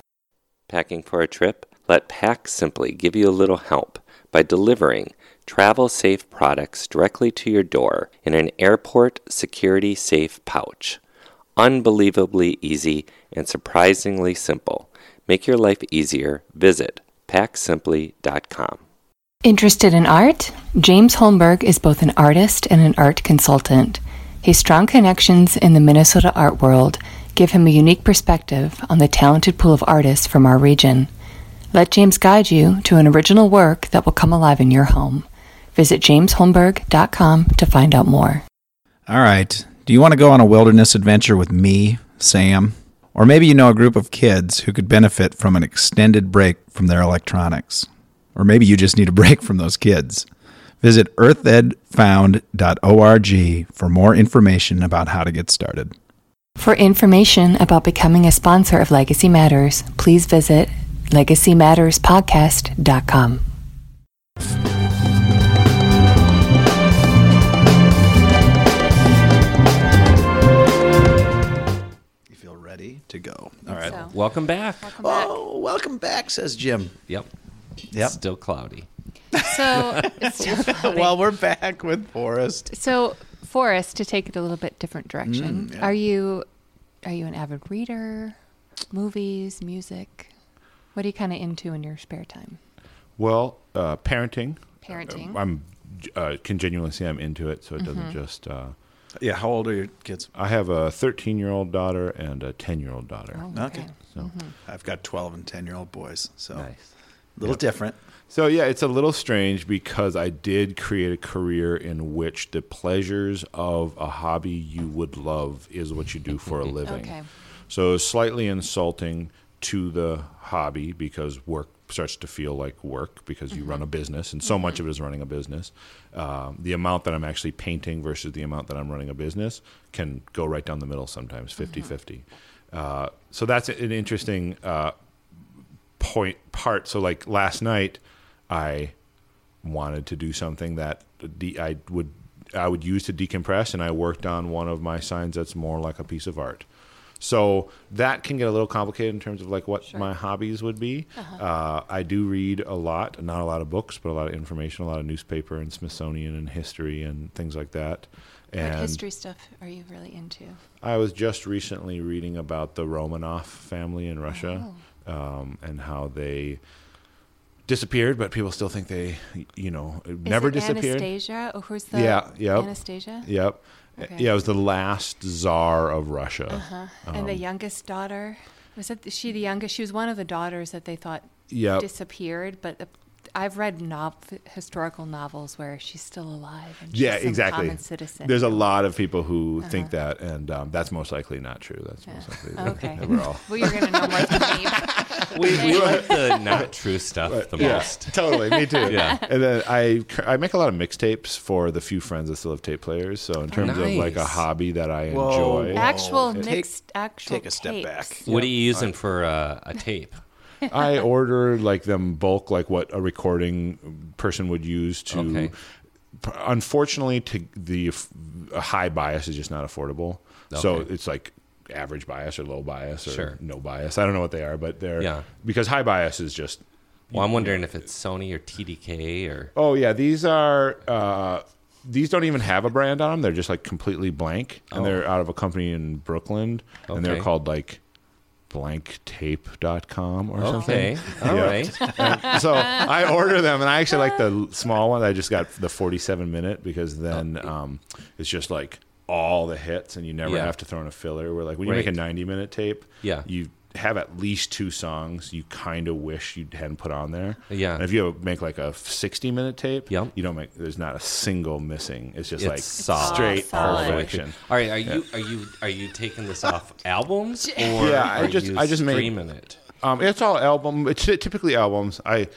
Packing for a trip? Let Pack Simply give you a little help by delivering travel safe products directly to your door in an airport security safe pouch. Unbelievably easy and surprisingly simple. Make your life easier. Visit packsimply.com.
Interested in art? James Holmberg is both an artist and an art consultant. His strong connections in the Minnesota art world give him a unique perspective on the talented pool of artists from our region. Let James guide you to an original work that will come alive in your home. Visit jamesholmberg.com to find out more.
All right. Do you want to go on a wilderness adventure with me, Sam? Or maybe you know a group of kids who could benefit from an extended break from their electronics. Or maybe you just need a break from those kids. Visit earthedfound.org for more information about how to get started.
For information about becoming a sponsor of Legacy Matters, please visit legacymatterspodcast.com.
You feel ready to go. All right.
So,
Welcome back.
welcome back.
Oh, welcome back, says Jim.
Yep.
Yep.
Still cloudy.
So, it's still cloudy.
well, we're back with Forrest.
so Forrest, to take it a little bit different
Mm,
direction, are you are you an avid reader? Movies, music? What are you kind of into in your spare time?
Well, uh, parenting.
Parenting. Mm-hmm.
I'm uh, continually say I'm into it, so it doesn't just. Uh,
Yeah, how old are your kids?
I have a 13 year old daughter and a 10 year old daughter.
Oh,
Okay.
So.
I've got 12 and 10 year old boys, so
Nice.
a little different.
So yeah, it's a little strange because I did create a career in which the pleasures of a hobby you would love is what you do for a living.
Okay.
So it's slightly insulting to the hobby because work starts to feel like work because you run a business and so much of it is running a business. Um, the amount that I'm actually painting versus the amount that I'm running a business can go right down the middle sometimes, 50 50. Uh, so that's an interesting uh, point part. So like last night, I wanted to do something that de- I would I would use to decompress, and I worked on one of my signs that's more like a piece of art. So that can get a little complicated in terms of like what my hobbies would be. Uh, I do read a lot, not a lot of books, but a lot of information, a lot of newspaper and Smithsonian and history and things like that. And
what history stuff are you really into?
I was just recently reading about the Romanov family in Russia
Oh.
um, and how they disappeared, but people still think they, you know, never
Is it
disappeared.
Anastasia? Oh, who's the
Yeah, yep.
Anastasia?
Yep.
Okay. Uh-huh.
Yeah, it was the last czar of Russia.
and the
um,
youngest daughter was it she the youngest? She was one of the daughters that they thought
Yep.
disappeared, but. The, I've read nov- historical novels where she's still alive and she's
yeah,
some
exactly.
common citizen. Uh-huh.
There's a lot of people who think that, and um, that's most likely not true. That's most likely that
Okay.
that we're all.
Well, you're gonna know more than me.
We, we like the not true stuff the
Yeah,
most.
totally. Me too.
Yeah.
And then I cur- I make a lot of mixtapes for the few friends that still have tape players. So
Oh,
in terms of like a
Nice.
hobby that I
Whoa.
enjoy,
Oh,
actual
take-
mixed actual
take a step
tapes.
back.
What are you using for uh, a tape?
I order like them bulk, like what a recording person would use to.
Okay.
p- Unfortunately, to the f- a high bias is just not affordable. So
Okay.
it's like average bias or low bias or
Sure.
no bias. I don't know what they are, but they're
Yeah.
because high bias is just
Well, I'm wondering if it's Sony or TDK or
Oh yeah, these are uh, these don't even have a brand on them. They're just like completely blank, and they're out of a company in Brooklyn, and they're
Oh. Okay.
called like blanktape.com or
okay.
something.
All
Yeah.
right.
And so I order them, and I actually like the l- small one. I just got the 47 minute because then um, it's just like all the hits, and you never
Oh. Yeah.
have to throw in a filler. Where like when you make
Right.
a 90 minute tape,
Yeah.
you have at least two songs you kind of wish you hadn't put on there.
Yeah.
And if you make like a 60 minute tape,
Yep.
you don't make there's not a single missing. It's just
It's
like
solid.
straight
It's solid.
perfection.
All right. Are you are you are you taking this off albums or
Yeah, I
are
just-
you
I just made-
streaming it?
Um, it's all album. It's typically albums. I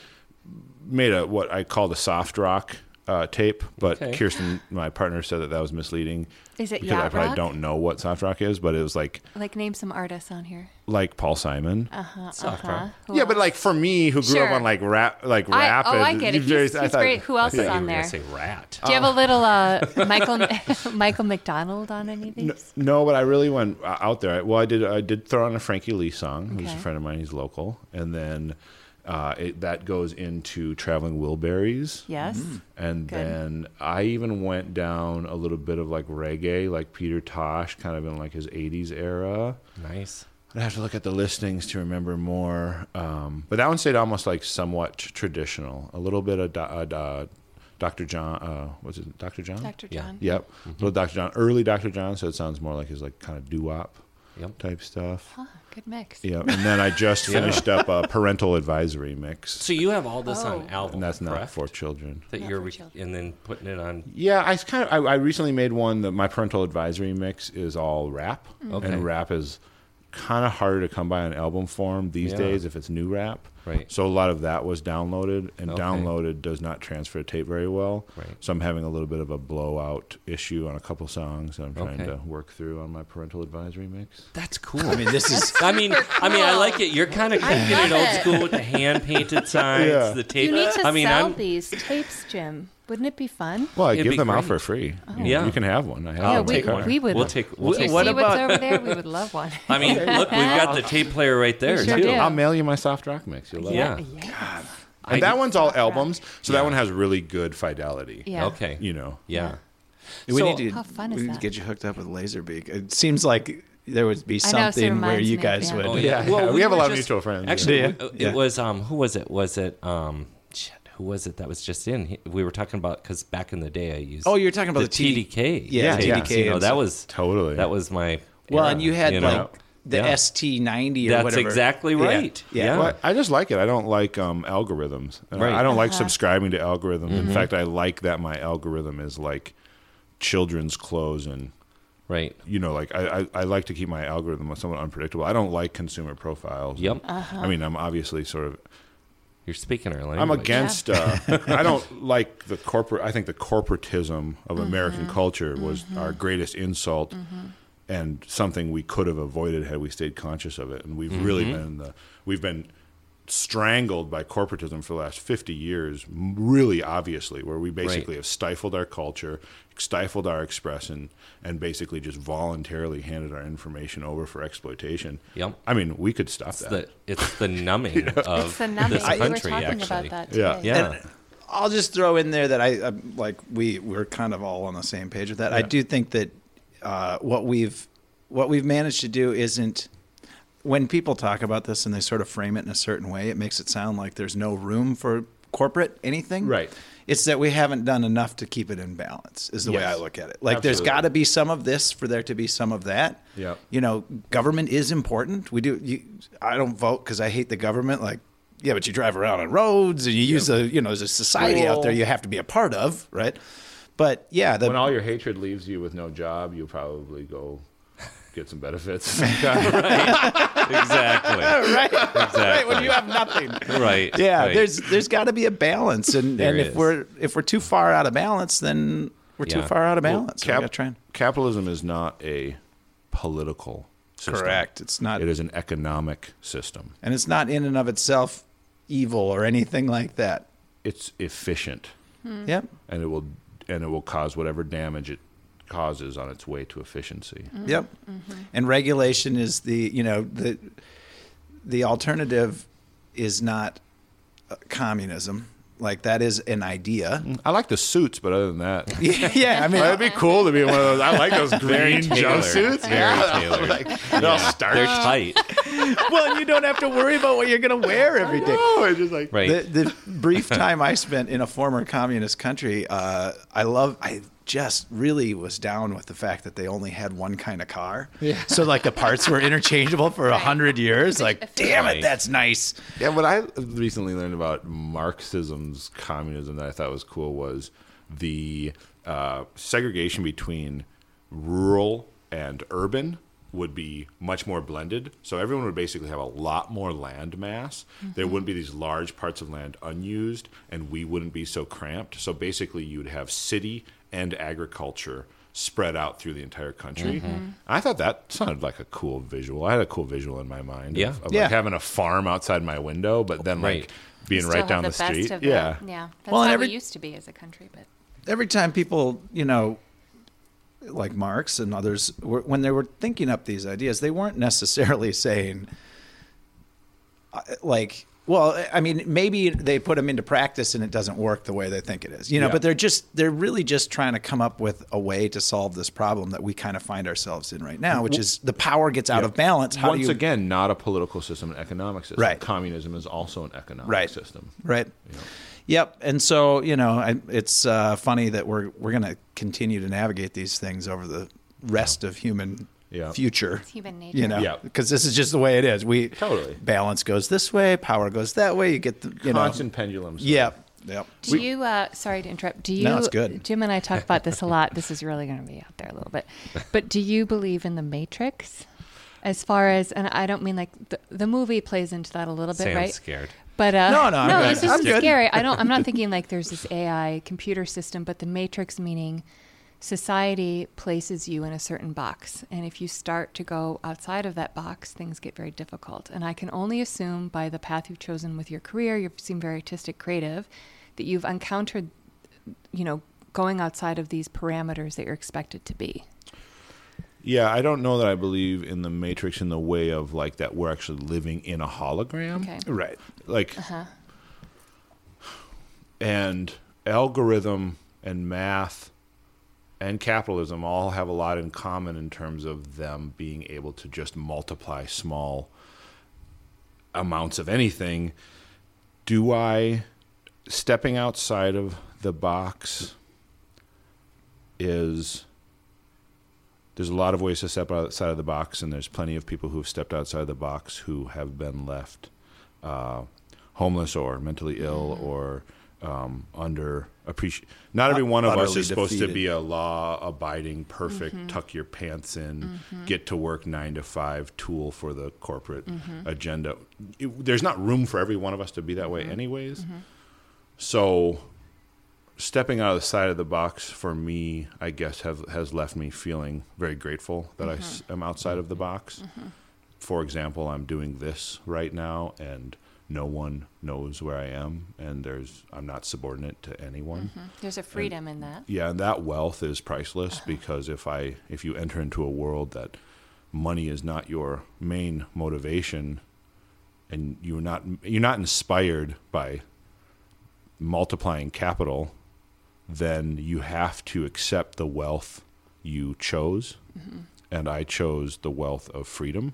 made a what I called a soft rock uh, tape, but
Okay.
Kirsten, my partner, said that that was misleading.
Is it
because I
yacht
probably
rock?
don't know what soft rock is, but it was like
Like name some artists on here.
like Paul Simon.
Soft rock.
Huh? Who
yeah, but
else?
like for me, who grew up
Uh-huh. Sure.
on like rap, like
I,
rap.
oh,
and-
I get it.
you've
He's,
just- I
he's
thought-
great. Who else
I thought
is
you
on
were
there?
gonna say rat.
Do you have a little uh, Michael Michael McDonald on any of these?
No, no, but I really went uh, out there. I- Well, I did. I did throw on a Frankie Lee song. Who's a
Okay.
friend of mine. He's local, and then Uh, it, that goes into traveling Wilburys.
Yes.
And
Good.
then I even went down a little bit of like reggae, like Peter Tosh, kind of in like his 80s era.
Nice.
I'd have to look at the listings to remember more. Um, but that one stayed almost like somewhat tr- traditional. A little bit of do- uh, do- Dr. John, uh, what's it, Dr. John?
Dr.
Yeah.
John.
Yep. Little Dr. John, early Dr. John, so it sounds more like his like kind of doo wop
Yep.
type stuff.
Ah, good mix.
Yeah, and then I just finished up a parental advisory mix,
So you have all this
Oh.
on album,
and that's not
correct?
for children.
that
Not
you're
for
re-
children.
and then putting it on.
Yeah, I kind of I, I recently made one that my parental advisory mix is all rap,
Okay.
and rap is kind of harder to come by on album form these
Yeah.
days if it's new rap.
Right.
So a lot of that was downloaded, and
Okay.
downloaded does not transfer to tape very well.
Right.
So I'm having a little bit of a blowout issue on a couple songs that I'm trying
Okay.
to work through on my parental advisory mix.
That's cool.
I mean, this is
I mean, I mean, I like it. You're kind of
love
keeping it old
it.
school with the hand painted signs,
Yeah.
the tape.
You need to
I mean,
sell
I'm
these tapes, Jim. Wouldn't it be fun?
Well, I
It'd
give
be
them out
great.
for free. You-
Yeah.
you can have one. I have
Yeah,
one
we,
in my car.
we would.
We'll take- we'll
Would
take
you
one.
see
What
what's over there? We would love one.
I mean, look, we've got the tape player right there
sure
too.
do.
I'll mail you my soft rock mix. You'll love it.
Yeah.
yeah.
And that one's all albums, so that one has really good fidelity.
Yeah.
Okay.
You know.
Yeah.
we
So-
need to
How fun
we
is
need to
that?
get you hooked up with Laserbeak. It seems like there would be
I know, so
something where
reminds
you
me,
guys
yeah.
would.
Oh,
Yeah, yeah, we have a
were
lot of mutual friends, yeah.
Actually,
Do you?
w- it
Yeah.
was um, who was it? Was it um, shit, who was it that was just in? He- We were talking about because back in the day I used.
Oh, you're talking about the T-
TDK.
Yeah,
tapes,
yeah.
You know,
and
that
stuff.
was
Totally.
That was my.
Well,
era,
and you had
know?
like the
Yeah.
ST90 or
That's
whatever.
exactly
Yeah.
right.
Yeah.
Yeah.
Well, I just like it. I don't like um, algorithms. And I-
Right. Mm-hmm.
I don't like subscribing to algorithms. In fact, I like that my algorithm is like children's clothes and
right.
you know, like I, I, I like to keep my algorithm somewhat unpredictable. I don't like consumer profiles.
Yep.
I mean, I'm obviously sort of
You're speaking our language.
I'm against. Uh, I don't like the corporate. I think the corporatism of
Mm-hmm.
American culture was our greatest insult, and something we could have avoided had we stayed conscious of it. And we've really
Mm-hmm.
been in the. We've been strangled by corporatism for the last 50 years m- really obviously where we basically have stifled our culture stifled our expression and basically just voluntarily handed our information over for exploitation
Yep.
i mean we could stop that
The, it's the numbing of
It's the numbing.
this
we were
country.
talking
actually.
about that
Yeah.
today.
Yeah.
I'll just throw in there that I I'm, like we we're kind of all on the same page with that. I do think that uh, what we've what we've managed to do isn't when people talk about this and they sort of frame it in a certain way, it makes it sound like there's no room for corporate anything.
Right.
It's that we haven't done enough to keep it in balance. Is the way
Yes.
I look at it. Like there's
Absolutely.
got to be some of this for there to be some of that.
Yep.
You know, government is important. We do. You, I don't vote because I hate the government. Like. Yeah, but you drive around on roads and you use the, you know, there's a society out there you have to be a part of, right? But yeah, the,
when all your hatred leaves you with no job, you'll probably go get some benefits. yeah,
exactly.
right, right, when you have nothing.
Right.
Yeah,
right.
there's there's got to be a balance, and,
There
and
is.
if we're if we're too far out of balance, then we're too
Yeah.
far out of balance. we got to try and
capitalism is not a political system.
correct. It's not,
It is an economic system.
and it's not in and of itself evil or anything like that.
It's efficient,
Yep.
and it will and it will cause whatever damage it causes on its way to efficiency.
Mm-hmm. Yep. And regulation is the you know the the alternative is not uh, communism. Like that is an idea.
I like the suits, but other than that,
yeah, I mean,
that'd be cool to be one of those. I like those green
tailored.
jumpsuits.
Very tailored.
they're all
They're
starched.
tight.
well, you don't have to worry about what you're going to wear every day.
Oh, it's just like
Right.
The, the brief time I spent in a former communist country, uh, I love. I just really was down with the fact that they only had one kind of car. Yeah. So like the parts were interchangeable for a hundred years. Like, damn it,
Right.
that's nice.
Yeah, what I recently learned about Marxism's communism that I thought was cool was the uh, segregation between rural and urban would be much more blended. So everyone would basically have a lot more land mass. There wouldn't be these large parts of land unused, and we wouldn't be so cramped. So basically, you'd have city and agriculture spread out through the entire country. I thought that sounded like a cool visual. I had a cool visual in my mind
Yeah.
of, of
Yeah.
like having a farm outside my window, but then like
Right.
being
Still
right
have
down the,
the, best
street.
Of
yeah.
The, yeah. That's
Well, and
how
every-
we used to be as a country, but
every time people, you know, like Marx and others, were, when they were thinking up these ideas, they weren't necessarily saying, uh, like well i mean maybe they put them into practice and it doesn't work the way they think it is you know
Yeah.
but they're just they're really just trying to come up with a way to solve this problem that we kind of find ourselves in right now which is the power gets out of balance how
Once
do you
again, not a political system, an economic system.
Right.
Communism is also an economic
Right.
system.
right yep and so you know I, it's uh, funny that we're we're going to continue to navigate these things over the rest of human
Yeah.
future it's
human nature.
you know
Yeah.
because this is just the way it is we
Totally.
balance goes this way power goes that way you get the you know
Constant pendulums.
yep yep
Do you? Uh, sorry to interrupt. Do you?
No, it's good.
Jim and I talk about this a lot. This is really going to be out there a little bit, but do you believe in the Matrix? As far as, and I don't mean like the, the movie plays into that a little bit,
Sam's
right?
scared.
But uh,
No, no, I'm good.
it's just
I'm good.
scary. I don't. I'm not thinking like there's this AI computer system, but the Matrix meaning society places you in a certain box, and if you start to go outside of that box, things get very difficult. And I can only assume by the path you've chosen with your career, you seem very artistic, creative, that you've encountered, you know, going outside of these parameters that you're expected to be.
Yeah, I don't know that I believe in the Matrix in the way of like that we're actually living in a hologram.
Okay.
right
Like,
Uh-huh.
and algorithm and math and capitalism all have a lot in common in terms of them being able to just multiply small amounts of anything. Do I stepping outside of the box is there's a lot of ways to step outside of the box, and there's plenty of people who have stepped outside the box who have been left uh, homeless or mentally ill
Mm-hmm.
or um, under appreciate. Not every one of us
utterly
is supposed to
defeated. Mm-hmm.
be a law-abiding, perfect, tuck your pants in, get to work nine to five tool for the corporate
Mm-hmm.
agenda. It- there's not room for every one of us to be that way,
Mm-hmm.
anyways. So stepping out of the side of the box for me, I guess, have has left me feeling very grateful that I s- am outside of the box. For example, I'm doing this right now, and no one knows where I am, and there's I'm not subordinate to anyone.
There's a freedom in that.
Yeah, and that wealth is priceless because if I if you enter into a world that money is not your main motivation and you're not you're not inspired by multiplying capital, then you have to accept the wealth you chose. And I chose the wealth of freedom.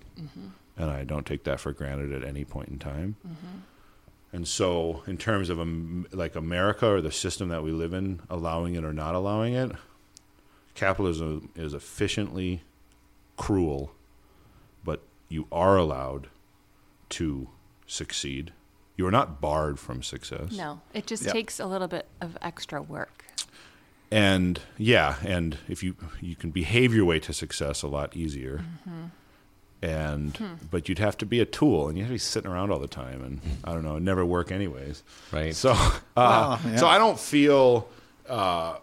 And I don't take that for granted at any point in time. And so, in terms of um, like America or the system that we live in, allowing it or not allowing it, capitalism is efficiently cruel, but you are allowed to succeed. You are not barred from success.
No, it just
Yeah.
takes a little bit of extra work.
And yeah, and if you you can behave your way to success a lot easier. And but you'd have to be a tool, and you have to be sitting around all the time, and I don't know, it'd never work anyways.
Right.
So, uh, so I don't feel. Uh,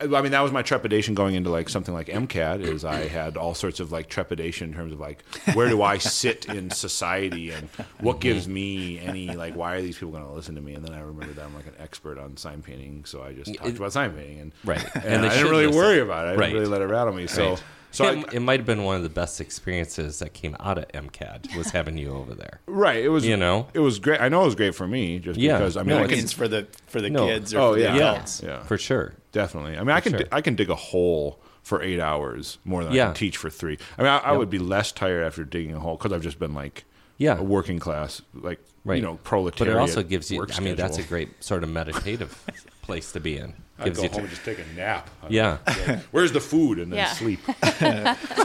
I I mean, that was my trepidation going into like something like MCAT. Is I had all sorts of like trepidation in terms of like where do I sit in society and
Mm-hmm.
what gives me any like why are these people going to listen to me? And then I remembered that I'm like an expert on sign painting, so I just talked about sign painting and
Right.
And,
And they
I didn't
should
really
listen.
worry about it. I didn't
Right.
really let it rattle me. So,
Right.
so I,
it, it might have been one of the best experiences that came out of MCAD was having you over there.
right, it was
You know?
it was great. I know it was great for me just
Yeah.
because I mean
No,
I
it
can-
means for the for the
No.
kids or
Oh,
for
yeah.
the
Yeah.
adults.
Yeah.
for sure.
Definitely. I mean, I can
sure.
di- I can dig a hole for eight hours more than I
Yeah.
can teach for three. I mean, I, I would be less tired after digging a hole because I've just been like,
Yeah.
a working class, like
Right.
you know,
But
proletariat.
it also gives you.
work
I mean, that's a
schedule.
great sort of meditative place to be in.
I'd
Gives
go
you
home and just take a nap.
Yeah.
Where's the food and then
Yeah.
sleep?
So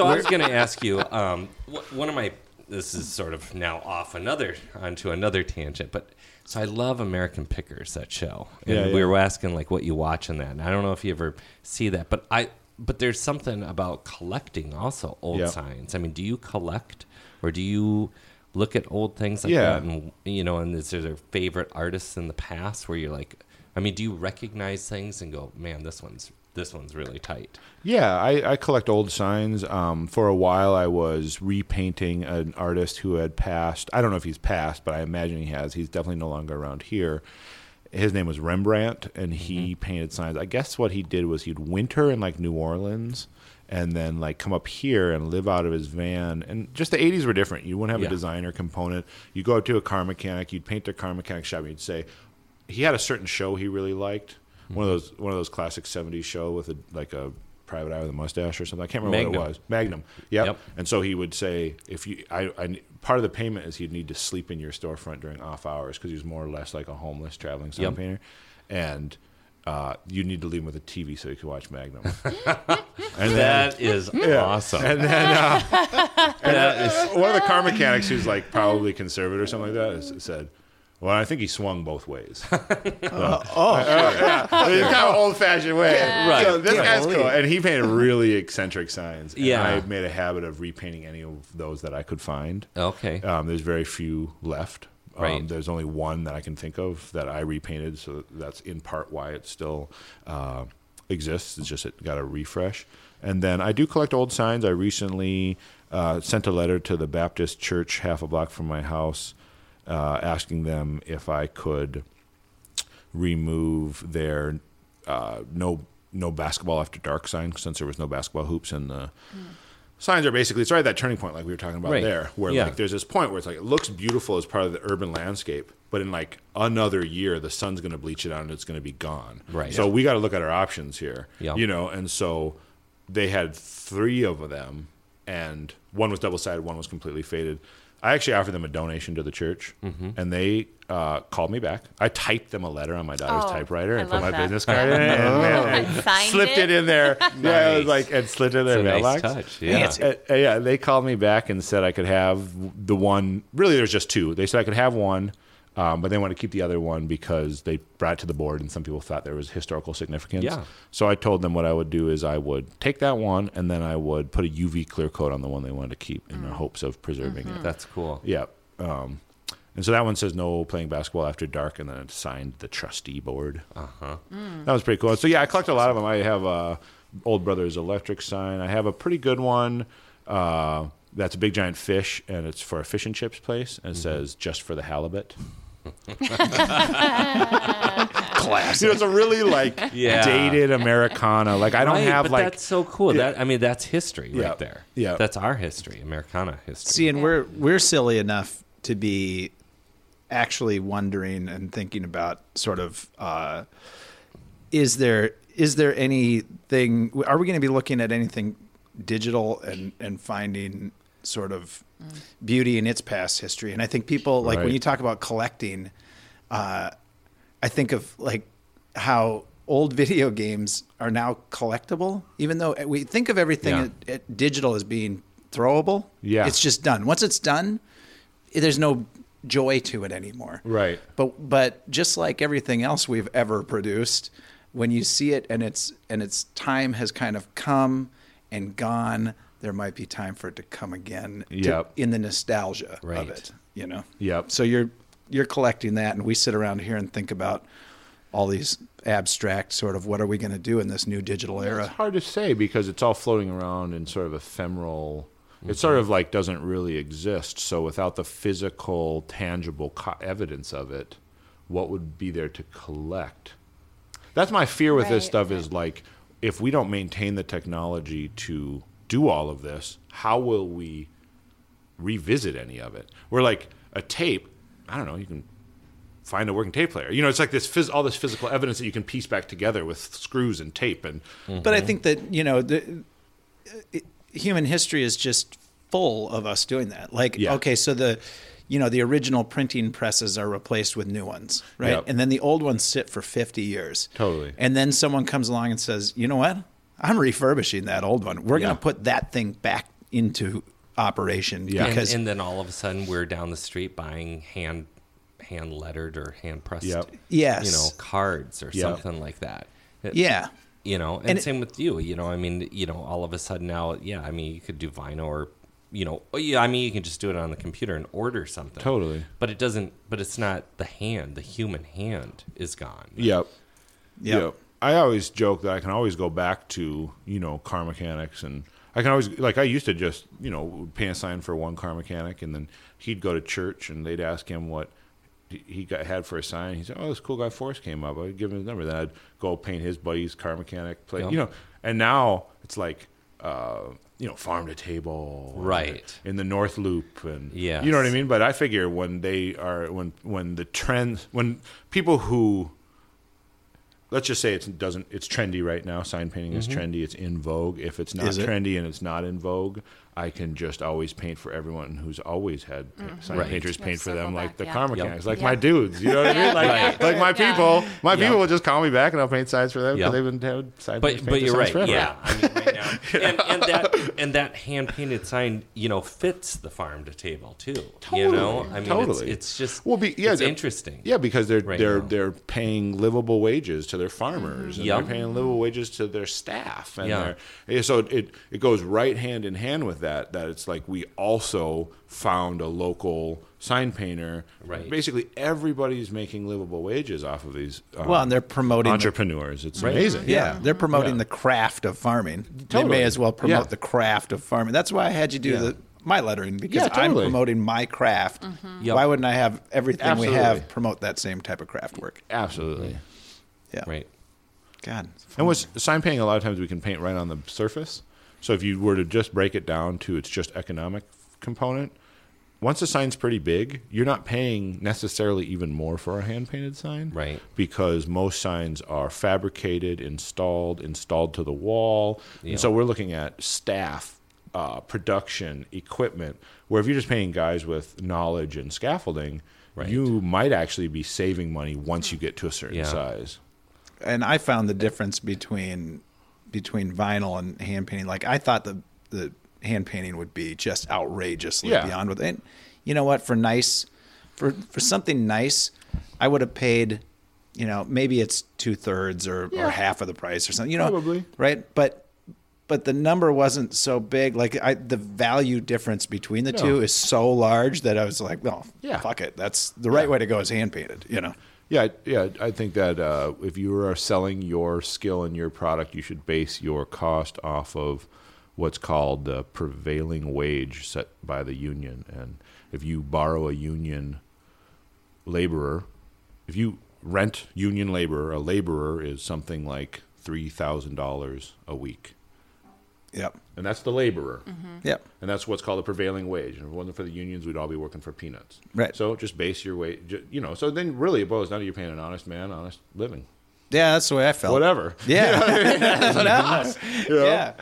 I was going to ask you. Um, wh- one of my. This is sort of now off another onto another tangent, but so I love American Pickers that show, and
Yeah, yeah.
we were asking like what you watch in that, and I don't know if you ever see that, but I but there's something about collecting also old
Yeah.
signs. I mean, do you collect or do you look at old things like
Yeah.
that, and you know, and is there their favorite artists in the past where you're like, I mean, do you recognize things and go, man, this one's this one's really tight,
Yeah, I, I collect old signs. Um, for a while, I was repainting an artist who had passed. I don't know if he's passed, but I imagine he has. He's definitely no longer around here. His name was Rembrandt, and he painted signs. I guess what he did was he'd winter in like New Orleans and then like come up here and live out of his van. And just the 80s were different. You wouldn't have
Yeah.
a designer component. You go up to a car mechanic, you'd paint their car mechanic shop, and you'd say, he had a certain show he really liked. One of those one of those classic 70s show with a like a private eye with a mustache or something. I can't remember what
Magnum.
it was. Magnum. Yep.
Yep.
And so he would say, if you, I, I, part of the payment is he'd need to sleep in your storefront during off hours because he was more or less like a homeless traveling sign
Yep.
painter, and uh, you need to leave him with a TV so he could watch Magnum. and then,
That is awesome.
and then uh,
that is
one of the car mechanics who's like probably conservative or something like that is- said. Well, I think he swung both ways. oh,
Uh,
yeah. It's kind of old-fashioned way.
Right.
So this
oh, Yeah.
guy's cool, and he painted really eccentric signs. and
Yeah.
I made a habit of repainting any of those that I could find.
okay.
Um, there's very few left. Um,
Right.
There's only one that I can think of that I repainted, so that's in part why it still uh, exists. It's just it got a refresh. And then I do collect old signs. I recently uh, sent a letter to the Baptist Church half a block from my house, uh, asking them if I could remove their uh, no no basketball after dark sign since there was no basketball hoops and the signs are basically it's right at that turning point like we were talking about
Hmm. Right.
there where
Yeah.
like there's this point where it's like it looks beautiful as part of the urban landscape but in like another year the sun's going to bleach it out and it's going to be gone
Right.
so we got to look at our options here
Yeah.
you know and so they had three of them and one was double sided one was completely faded i actually offered them a donation to the church
Mm-hmm.
and they uh, called me back i typed them a letter on my daughter's
Oh,
typewriter
I
and put
love
my
that.
business card in it
Oh,
and, and
Signed
slipped
it?
it in there yeah it
Nice.
was like and slid in
It's
their
a nice
mailbox
touch, yeah. Fancy.
uh, uh, yeah, they called me back and said I could have the one. Really, there's just two. They said I could have one, um, but they wanted to keep the other one because they brought it to the board, and some people thought there was historical significance.
Yeah.
So I told them what I would do is I would take that one, and then I would put a UV clear coat on the one they wanted to keep in the hopes of preserving it.
That's cool.
Yeah. Um, and so that one says no playing basketball after dark, and then it signed the trustee board. Uh huh.
Uh-huh.
That was pretty cool. So yeah, I collect a lot of them. I have a old brother's electric sign. I have a pretty good one. Uh, that's a big giant fish, and it's for a fish and chips place,
Mm-hmm.
and it says just for the halibut. Classic. You know, it's a really like
Yeah.
dated Americana. Like I don't
Right,
have
but
like
that's so cool.
Yeah.
That I mean, that's history
Yeah.
right there.
Yeah.
that's our history, Americana history.
See, and we're we're silly enough to be actually wondering and thinking about sort of uh, is there is there anything? Are we going to be looking at anything digital and and finding sort of beauty in its past history? And I think people like when
Right.
you talk about collecting, uh, I think of like how old video games are now collectible, even though eh, we think of everything
Yeah.
at, at digital as being throwable.
Yeah.
it's just done. Once it's done, there's no joy to it anymore.
Right.
But but just like everything else we've ever produced, when you see it and it's and its time has kind of come and gone, there might be time for it to come again. to-
Yep.
in the nostalgia
Right.
of it, you know.
Yep.
So you're you're collecting that, and we sit around here and think about all these abstract sort of what are we going to do in this new digital
It's
era?
hard to say because it's all floating around in sort of ephemeral. It sort of like doesn't really exist. So without the physical, tangible co- evidence of it, what would be there to collect? That's my fear with this
Right,
stuff is like if we don't maintain the technology to do all of this, how will we revisit any of it? We're like a tape. I don't know. You can find a working tape player. You know, it's like this phys- all this physical evidence that you can piece back together with screws and tape and
But
Mm-hmm.
I think that you know the uh, it- human history is just full of us doing that. Like
Yeah.
okay, so the you know the original printing presses are replaced with new ones, right?
Yep.
And then the old ones sit for 50 years.
Totally.
And then someone comes along and says, "You know what? I'm refurbishing that old one. We're
Yeah.
going to put that thing back into operation
Yeah.
because
and, and then all of a sudden we're down the street buying hand hand lettered or hand pressed
Yep.
Yes.
you know cards or
Yep.
something like that It-
yeah."
you know and,
And it-
same with you you know i mean you know all of a sudden now yeah i mean you could do vinyl or you know oh, yeah i mean you can just do it on the computer and order something
Totally.
but it doesn't but it's not the hand the human hand is gone
Yep.
Yep.
I always joke that I can always go back to, you know, car mechanics and I can always like I used to just, you know, pay a sign for one car mechanic and then he'd go to church and they'd ask him what he got had for a sign. He said, "Oh, this cool guy Forrest came up." I'd give him his number. Then I'd go paint his buddy's car mechanic play.
Yep.
You know, and now it's like uh, you know, farm to table, and
Right.
In the North Loop, and
Yes.
you know what I mean. But I figure when they are when when the trends when people who let's just say it doesn't it's trendy right now. Sign painting is
Mm-hmm.
trendy. It's in vogue. If it's not
Is it?
trendy and it's not in vogue, I can just always paint for everyone who's always had pa- sign
Right.
painters paint for
Mm-hmm.
them,
circle
like
back,
the
yeah.
car
Yep.
mechanics, like my dudes. You know what I mean? Like
Right.
like my
Yeah.
people, my
Yeah.
people will just call me back and I'll paint signs for them
Yeah.
because they've been having sign painters
But
paint
but
their
you're
signs
right.
forever.
Yeah, I mean right now, and, and that and that hand painted sign, you know, fits the farm to table too. you know, I mean, it's-
totally.
it's, just
Well, be, yeah,
it's
they're-
interesting.
Yeah, because they're
right
they're
now.
they're paying livable wages to their farmers, and
Yep.
they're paying livable wages to their staff, and
Yeah.
they're- yeah. so it it goes right hand in hand with that. That it's like we also found a local sign painter.
Right.
Basically, everybody's making livable wages off of these. um,
Well, and they're promoting the-
entrepreneurs. It's
Right.
amazing.
Yeah, they're promoting the craft of farming. They
Totally.
may as well promote
Yeah.
the craft of farming. That's why I had you do
Yeah.
the my lettering because
Yeah, totally. Mm-hmm.
I'm promoting my craft.
Yep.
Why wouldn't I have everything we
Absolutely.
have promote that same type of craft work?
Absolutely.
Yeah.
right.
God.
And what's sign painting? A lot of times we can paint right on the surface. So if you were to just break it down to its just economic component, once a sign's pretty big, you're not paying necessarily even more for a hand painted sign,
Right.
Because most signs are fabricated, installed, installed to the wall,
Yeah.
and so we're looking at staff. Uh, production equipment, where if you're just paying guys with knowledge and scaffolding,
Right.
you might actually be saving money once you get to a certain
Yeah.
size.
and I found the difference between between vinyl and hand painting. Like I thought the the hand painting would be just outrageously
Yeah.
beyond what. And you know what? For nice, for for something nice, I would have paid. You know, maybe it's two thirds or, or half of the price or something. You know,
Probably.
right? But but the number wasn't so big. Like I, the value difference between the two is so large that I was like, well,
Yeah.
fuck it. That's the right way to go is hand painted. You know.
Yeah, I- yeah. I think that uh, if you are selling your skill and your product, you should base your cost off of what's called the prevailing wage set by the union. And if you borrow a union laborer, if you rent union laborer, a laborer is something like three thousand dollars a week,
Yep.
and that's the laborer.
Yep.
And that's what's called the prevailing wage. And if it wasn't for the unions, we'd all be working for peanuts.
Right.
So just base your wage, ju- you know. So then really it boils down to you're paying an honest man, honest living.
Yeah, that's the way I felt.
Whatever.
Oh. Yeah. No.
know?
Yeah.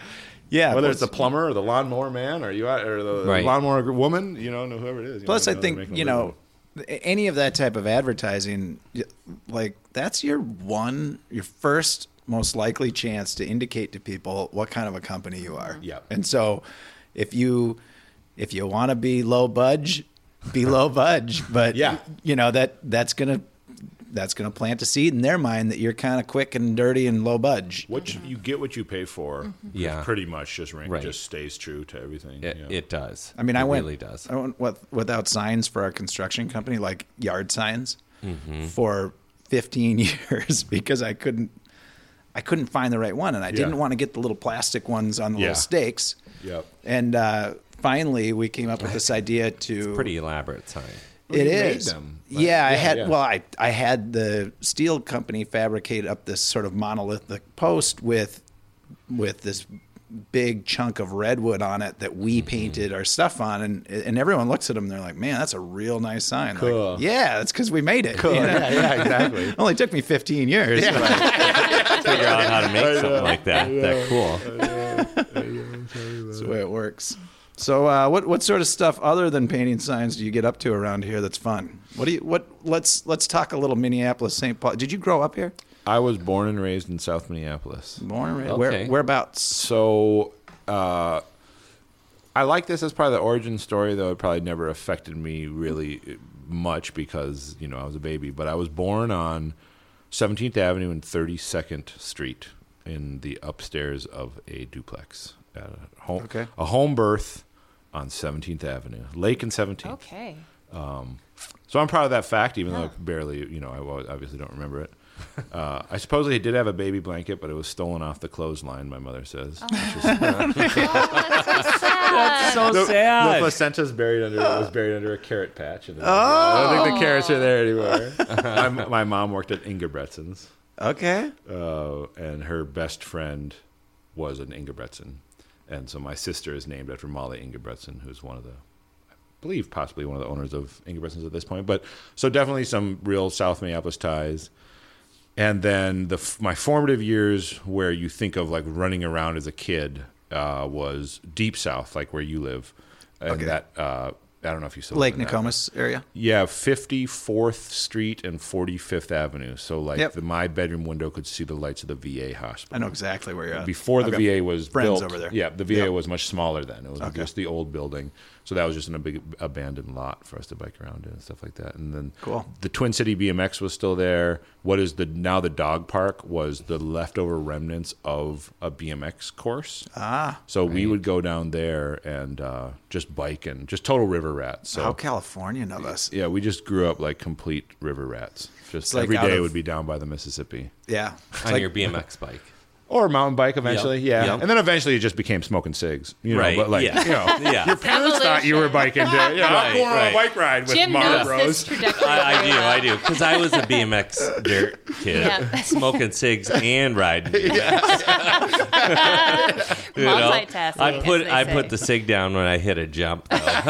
Yeah.
Whether
plus,
it's the plumber or the lawnmower man or you or the
Right.
lawnmower woman, you know, whoever it is. you
plus
know,
I
they're
think
making
you
a
know
living.
a- any of that type of advertising, y- like that's your one, your first most likely chance to indicate to people what kind of a company you are.
Yep.
And so, if you if you want to be low budge, be low budge. But
Yeah.
you know that that's gonna that's gonna plant a seed in their mind that you're kind of quick and dirty and low budge.
What you, you get what you pay for. is
Yeah.
Pretty much just ran,
Right.
just stays true to everything.
It,
yeah.
it does.
I mean, I
It
went.
really does.
I went with, without signs for our construction company, like yard signs,
Mm-hmm.
for 15 years because I couldn't. I couldn't find the right one, and I didn't want to get the little plastic ones on the
Yeah.
little stakes.
Yep.
And uh, finally, we came up with this idea to
Pretty elaborate sign.
it
you made
is.
them.
Yeah, I
Like, yeah,
had.
yeah.
Well, I I had the steel company fabricate up this sort of monolithic post with with this big chunk of redwood on it that we
Mm-hmm.
painted our stuff on, and and everyone looks at them. and They're like, "Man, that's a real nice sign." Like,
Cool.
yeah, that's because we made it. you know?
yeah, yeah, exactly.
Only took me 15 years.
Figure out how to make something like that. That cool.
That's the way it works. So, uh, what what sort of stuff other than painting signs do you get up to around here? That's fun. What do you what? Let's let's talk a little Minneapolis, St. Paul. Did you grow up here?
I was born and raised in South Minneapolis.
Born and raised.
Okay.
Where whereabouts?
So, uh, I like this as part of the origin story, though it probably never affected me really eh, much because you know I was a baby. But I was born on 17th Avenue and 32nd Street in the upstairs of a duplex at a home,
Okay.
a home birth on 17th Avenue, Lake and 17th.
Okay.
So I'm proud of that fact, even though I barely, you know, I wa- obviously don't remember it. Uh, I supposedly did have a baby blanket, but it was stolen off the clothesline. My mother says.
So
the, The
sad.
placenta's buried under was buried under a carrot patch. And oh. I don't think the carrots are there anymore. my, my mom worked at Ingebretsons,
Okay.
uh, and her best friend was an Ingebretson. And so my sister is named after Molly Ingebretson, who's one of the, I believe, possibly one of the owners of Ingebretson's at this point. But so definitely some real South Minneapolis ties. And then the f- my formative years, where you think of like running around as a kid, uh, was deep south, like where you live, and
Okay.
that uh, I don't know if you still
Lake
live in that.
Nokomis area.
Yeah, Fifty Fourth Street and Forty Fifth Avenue. So like
Yep.
the, my bedroom window could see the lights of the VA hospital.
I know exactly where you're at.
Before the
I've got
VA was
friends
built,
over there.
yeah, the VA was much smaller then. It was
Okay.
just the old building, so that was just in a big abandoned lot for us to bike around in and stuff like that. And then
Cool.
the Twin City BMX was still there. What is the now the dog park was the leftover remnants of a BMX course. Ah, so we would go down there and uh, just bike and just total river rat. So
How Californian of us.
yeah, we just grew up like complete river rats. Just
like
every
out
day
of-
would be down by the Mississippi
Yeah.
on your BMX bike.
or a mountain bike eventually.
Yep,
Yeah,
yep.
and then eventually it just became smoking cigs. You know,
Right,
But like,
yeah.
you know,
Yeah.
your parents thought you were biking. To, yeah, I'm
Right,
going on
right.
a bike ride with
Jim knows this
Marlboros.
trajectory.
I, I
very
do,
well.
I do, because I was a BMX dirt kid,
Yeah.
smoking cigs and riding. BMX. You know?
Multitasking,
I put
as they
I
say.
put the cig down when I hit a jump. Though.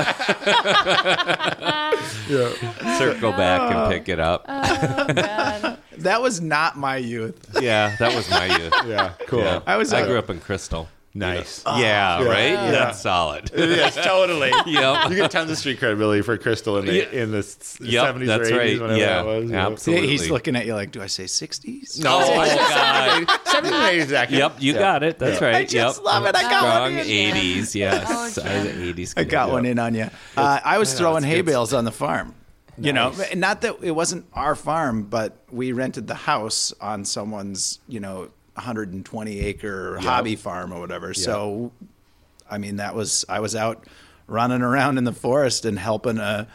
Circle back
Oh.
and pick it up.
That was not my youth.
yeah, that was my youth.
Yeah, cool.
Yeah.
I was,
I
uh,
grew up in Crystal.
Nice.
yeah, right. That's solid.
yes, totally.
yep.
You get tons of street credibility for Crystal in the
Yeah.
in the s-
Yep,
70s
that's
or 80s,
right.
whatever
Yeah,
that was.
Yeah,
absolutely.
he's looking at you like, do I say 60s?
No, oh, God.
70s and 80s, accurate.
Yep, you got it. That's right.
I just
yep.
love it. I got one
Strong
in. Oh,
80s, yes. I was an 80s
I got one in on you. Uh, I was throwing
it's
hay
good
bales on the farm. You know, not that it wasn't our farm, but we rented the house on someone's, you know, 120 acre hobby farm or whatever. So, I mean, that was I was out running around in the forest and helping a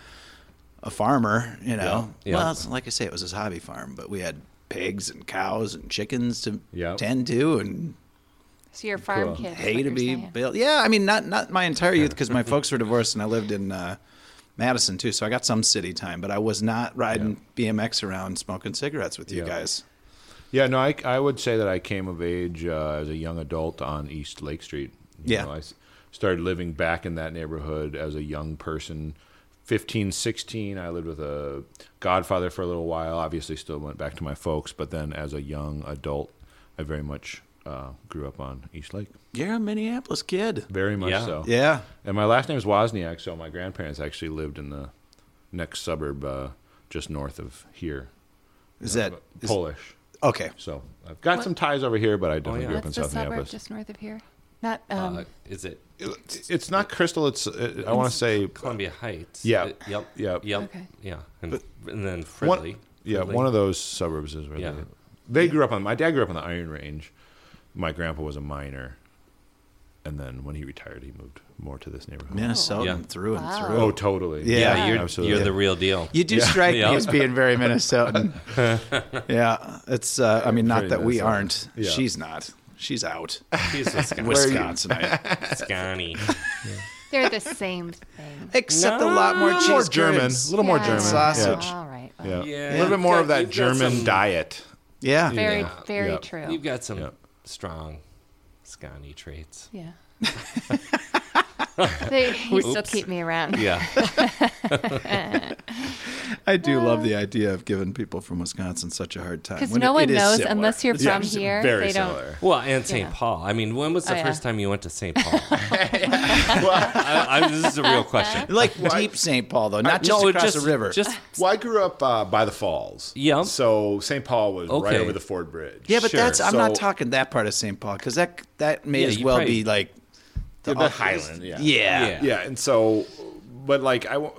a farmer. You know,
Yeah. Yeah.
well, it's, like I say, it was his hobby farm, but we had pigs and cows and chickens to
Yeah.
tend to and
So you're a farm
Cool.
kid. is
Hey
what
to
you're
be
saying.
built. Yeah, I mean, not not my entire youth because my folks were divorced and I lived in uh, Madison too, so I got some city time. But I was not riding BMX around smoking cigarettes with you
Yeah.
guys.
Yeah, no, I, I would say that I came of age uh, as a young adult on East Lake Street. You
Yeah.
know, I s- started living back in that neighborhood as a young person. 15, 16, I lived with a godfather for a little while. Obviously, still went back to my folks, but then as a young adult, I very much uh, grew up on East Lake.
You're a Minneapolis kid.
Very much
Yeah.
so.
Yeah,
And my last name is Wozniak, so my grandparents actually lived in the next suburb uh, just north of here.
is that is-
Polish.
okay?
So I've got some ties over here, but I definitely
Oh, yeah.
grew up in
What's the
South
suburb
Minneapolis.
just north of here? Not um,
Uh, is it
It's, it's not Crystal. It's uh, I want to say
Columbia Heights?
Yeah.
Uh, yep.
Yep.
Yep.
Okay.
Yeah. And, and then Fridley.
one, yeah,
Fridley.
one of those suburbs is where
Yeah.
they, they grew up on. My dad grew up on the Iron Range. My grandpa was a miner, and then when he retired, he moved more to this neighborhood.
Minnesota
Yeah.
through and
Wow.
through.
Oh, totally.
Yeah,
Yeah, you're,
absolutely.
you're the real deal.
You do strike
Yeah.
me as being very Minnesotan. yeah, it's. Uh, I mean, not
Pretty
that we
Minnesotan.
aren't.
Yeah.
She's not. She's out.
She's Wisconsin.
Wisconsin. I-
Wisconsin.
they're the same thing.
Except a lot more
a
cheese.
little more German,
curds.
a little more
Yeah.
German.
Sausage.
All right. well,
Yeah.
Yeah.
a little bit more
You've
of that
got- you've got
German
some-
diet.
Yeah.
Very,
Yeah.
very
Yeah.
true.
You've got some
Yeah.
strong Scotty traits.
yeah. they you still
Oops.
keep me around.
Yeah.
I do love the idea of giving people from Wisconsin such a hard time.
Because
when
Uh. no
it-
one
it is
knows
similar.
unless you're from
Yes,
here.
very
they don't.
similar.
Well, and St.
Yeah.
Paul. I mean, when was the
Oh, yeah.
first time you went to St. Paul? I, I, this is a real question.
like deep St. Paul though, not just
no,
across
just,
the river.
Just
Well, I grew up uh, by the falls.
Yeah.
So St. Paul was
Okay.
right over the Ford Bridge.
yeah, but
sure.
that's I'm not
So-
talking that part of St. Paul because that that may
Yeah,
as
you
well
probably-
be like
the, the Highland. Yeah.
yeah.
Yeah.
Yeah, and so, but like I, wa-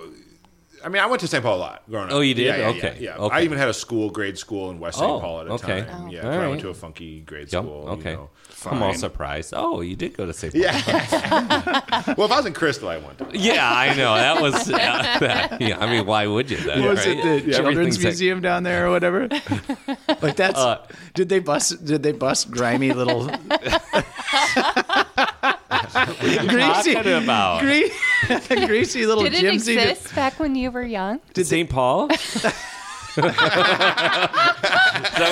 I mean, I went to St. Paul a lot growing up.
Oh, you did?
Yeah, yeah,
Okay,
Yeah, yeah.
okay.
I even had a school, grade school in West St.
Oh,
Paul at a
okay.
time.
Oh.
Yeah,
All
'cause I
right.
went to a funky grade
Yep.
school.
Okay.
You know.
I'm all surprised. Oh, you did go to St. Paul.
Yeah. well, if I was in Crystal, I went. To.
Yeah, I know. That was. yeah, that- yeah, I mean, why would you? Then,
What was
right?
it the
Yeah.
children's
Everything's like- Uh.
museum down there or whatever? like that's did they bust did they bust grimy little greasy
Talking about
gre- greasy little
Did it
Jimsy?
exist back when you were young?
St. Paul. Is that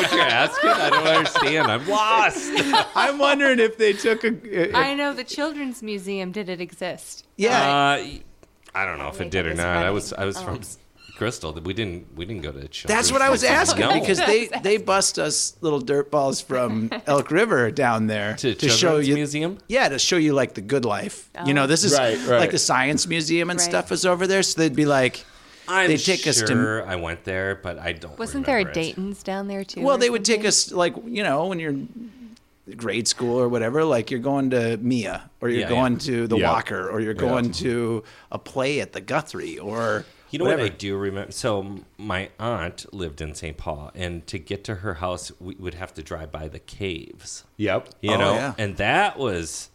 what you're asking? I don't understand. I'm lost.
I'm wondering if they took a.
I know the Children's Museum didn't exist.
yeah.
Uh, I don't know if it
Makeup
did or
is
not. I
funny. Oh.
was I was from Crystal. We didn't we didn't go to. Children's
that's what I was
Museum.
asking
No.
because they, they bust us little dirt balls from Elk River down there
to,
to show you
museum.
Yeah, to show you like the good life. You know, this is
Right, right.
like the science museum and
Right.
stuff is over there. So they'd be like,
I'm
They take us to-
sure I went there, but I don't.
Wasn't there a
remember it.
Dayton's down there too?
well,
or
they would take
something?
us like you know when you're in grade school or whatever. Like you're going to Mia or you're
Yeah,
going
yeah.
to the
Yeah.
Walker or you're going to a play at the Guthrie or
You know
whatever.
what I do remember? So m- my aunt lived in St. Paul, and to get to her house, we would have to drive by the caves.
Yep.
You
Oh,
know,
yeah.
and that was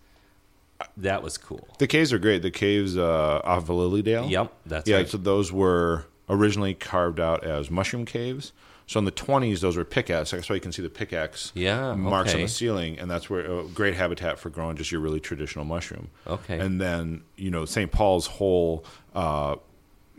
that was cool.
The caves are great. The caves uh, off of Lilydale.
Yep, that's
yeah.
right.
So those were originally carved out as mushroom caves. So in the 20s, those were pickaxe. That's why you can see the pickaxe
Yeah,
marks on
okay.
the ceiling, and that's where uh, great habitat for growing just your really traditional mushroom.
Okay.
And then you know St. Paul's whole uh,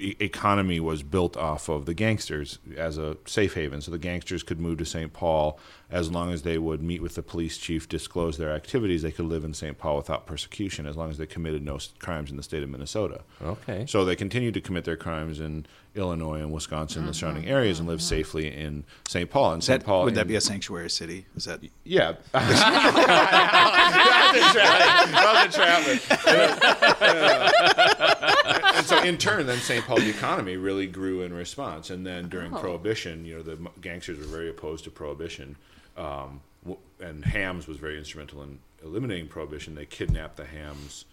e- economy was built off of the gangsters as a safe haven. So the gangsters could move to St. Paul as long as they would meet with the police chief, disclose their activities. They could live in St. Paul without persecution as long as they committed no s- crimes in the state of Minnesota.
Okay.
So they continued to commit their crimes in Illinois and Wisconsin and the surrounding areas and lived safely in St. Paul. And St.
That,
Paul
would that
in-
be a sanctuary city? Is that
yeah. That was a trap. That was a trap. Uh, and so, in turn, then St. Paul, the economy really grew in response. And then during
Oh.
Prohibition, you know, the m- gangsters were very opposed to Prohibition. Um, w- and Hams was very instrumental in eliminating Prohibition. They kidnapped the Hams.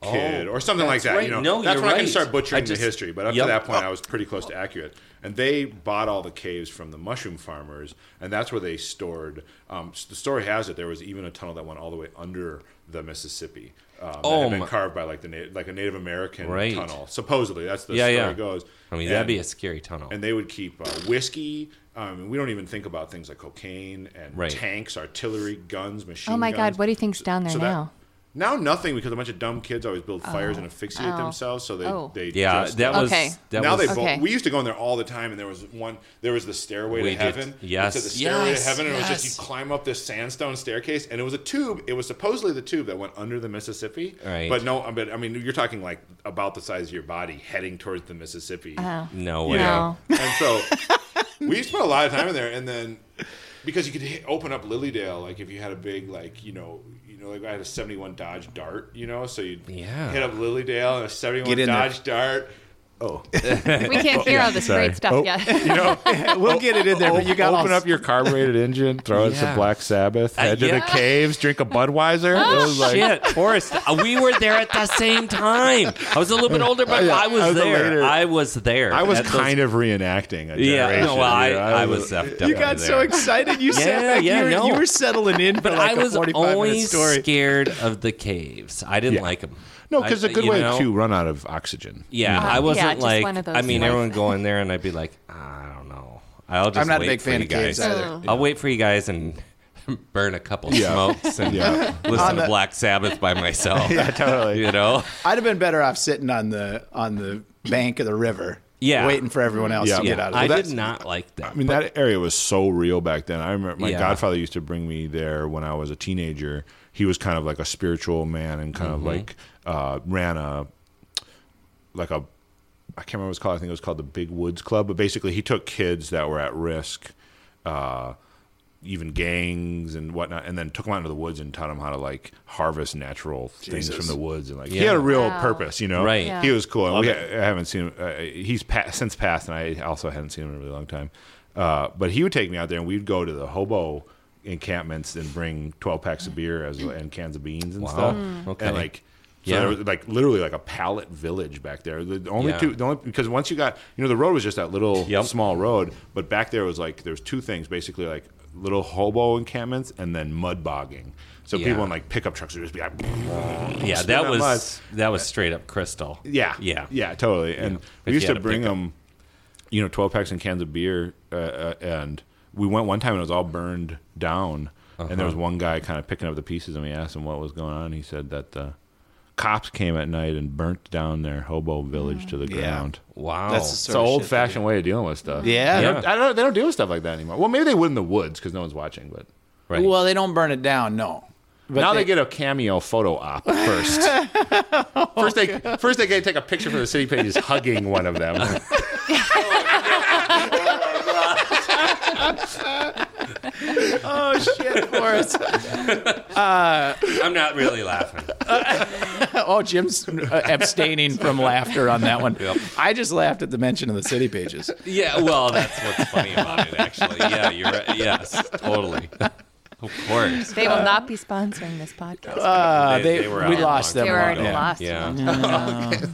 Kid, or something like
Oh, that's
that. You know,
right. No,
that's
you're
when I can
right.
start butchering
I just-
the history. But up
Yep.
to that point, I was pretty close to accurate. And they bought all the caves from the mushroom farmers, and that's where they stored. Um, s- the story has it there was even a tunnel that went all the way under the Mississippi. Um, that
Oh
had been
my-
carved by like the Na- like a Native American
Right.
tunnel. Supposedly, that's the
Yeah,
story
yeah.
goes.
I mean,
And-
that'd be a scary tunnel.
and they would keep uh, whiskey. Um, we don't even think about things like cocaine and
Right.
tanks, artillery, guns, machine.
Oh my
guns.
God! What do you think's down there
So that-
now?
now nothing because a bunch of dumb kids always build fires and asphyxiate themselves. So they
Oh.
they
yeah,
just-
that was
Okay.
that
now
was
they
Okay.
both, we used to go in there all the time, and there was one. There was the stairway
We
to
did-
heaven. It
yes.
said the stairway
Yes,
to heaven, and it was
yes.
just you climb up this sandstone staircase, and it was a tube. It was supposedly the tube that went under the Mississippi.
Right.
But no, but I mean, you're talking like about the size of your body heading towards the Mississippi.
Uh,
Oh.
no
You
way.
know? And so we spent a lot of time in there, and then because you could hit, open up Lilydale, like if you had a big, like you know, you know, like I had a seventy-one Dodge Dart, you know, so you
Yeah.
hit up Lilydale and a seventy-one
Get in there.
Dodge Dart. Oh,
We can't hear all this great stuff yet.
you know,
we'll get it in there? But
Oh,
you got
open up your carbureted engine, throw in
Yeah.
some Black Sabbath,
Uh,
head to the
yeah. Oh,
caves, drink a Budweiser. It was like,
Shit, Forrest, uh, we were there at the same time. I was a little bit older, but I was,
I was a
there.
later-
I was there.
I was
at those-
kind of reenacting a generation.
Yeah, no, well, I,
you know,
I was uh, definitely
you got so
there.
excited. You sat
Yeah,
back.
yeah,
you, were,
no.
you were settling in,
But
for like
I was
a 45 minute
always
story.
scared of the caves. I didn't 'em. like them.
no, because a good
you
way
know?
to run out of oxygen.
Yeah, I
Yeah,
wasn't
just
like.
one of those
I mean,
life-
everyone go in there, and I'd be like, "Ah, I don't know. I'll just.
I'm not a
wait
big
for
fan
you
of caves
guys.
either.
I'll wait for you guys and burn a couple
Yeah.
smokes and
Yeah.
listen to Black Sabbath by myself. yeah,
totally.
You know.
I'd have been better off sitting on the on the bank of the river,
Yeah.
waiting for everyone else
Yeah.
to get out of
I
there.
did not like that.
I mean, that area was so real back then. I remember my
Yeah.
godfather used to bring me there when I was a teenager. He was kind of like a spiritual man and kind of like uh, ran a like a I can't remember what it's called. I think it was called the Big Woods Club. But basically, he took kids that were at risk, uh, even gangs and whatnot, and then took them out into the woods and taught them how to like harvest natural things from the woods. And like he had a real purpose, you know.
Right. Yeah.
He was cool. And we, I haven't seen him. Uh, he's pa- since passed, and I also hadn't seen him in a really long time. Uh, but he would take me out there, and we'd go to the hobo encampments and bring 12 packs of beer as and cans of beans and
Mm. Wow.
stuff.
Mm. Okay.
And like so
Yeah.
there was like literally like a pallet village back there. The only
Yeah.
two, the only because once you got, you know, the road was just that little
Yep.
small road, but back there was like there's two things basically like little hobo encampments and then mud bogging. So
Yeah.
people in like pickup trucks would just be like,
yeah,
spit
that
on
was
mud.
that was straight up crystal.
yeah,
yeah,
yeah, totally. And
If
we
you
used
had
to
a
bring
pickup.
them, you know, twelve packs and cans of beer, uh, uh, and we went one time and it was all burned down. And there was one guy kind of picking up the pieces, and we asked him what was going on. He said that. Uh, cops came at night and burnt down their hobo village to the
Yeah.
ground.
Wow.
That's the
It's an
sort of shit
old fashioned way of dealing with stuff.
Yeah.
They don't-
Yeah.
I don't. They don't deal with stuff like that anymore. Well, maybe they would in the woods because no one's watching. But
they
right.
do. Well, they don't burn it down, no. But
now they, get a cameo photo op first. first they first they get to take a picture from the city pages hugging one of them.
oh shit, Horace.
I'm not really laughing.
oh, Jim's uh, abstaining from laughter on that one. I just laughed at the mention of the city pages.
Yeah, well, that's what's funny about it, actually. Yeah, you're right. Yes, totally. Of course.
They will not be sponsoring this podcast.
Uh,
They-
they,
they were
we
out
lost
long
them.
they
a
were
lot.
already
Yeah.
lost.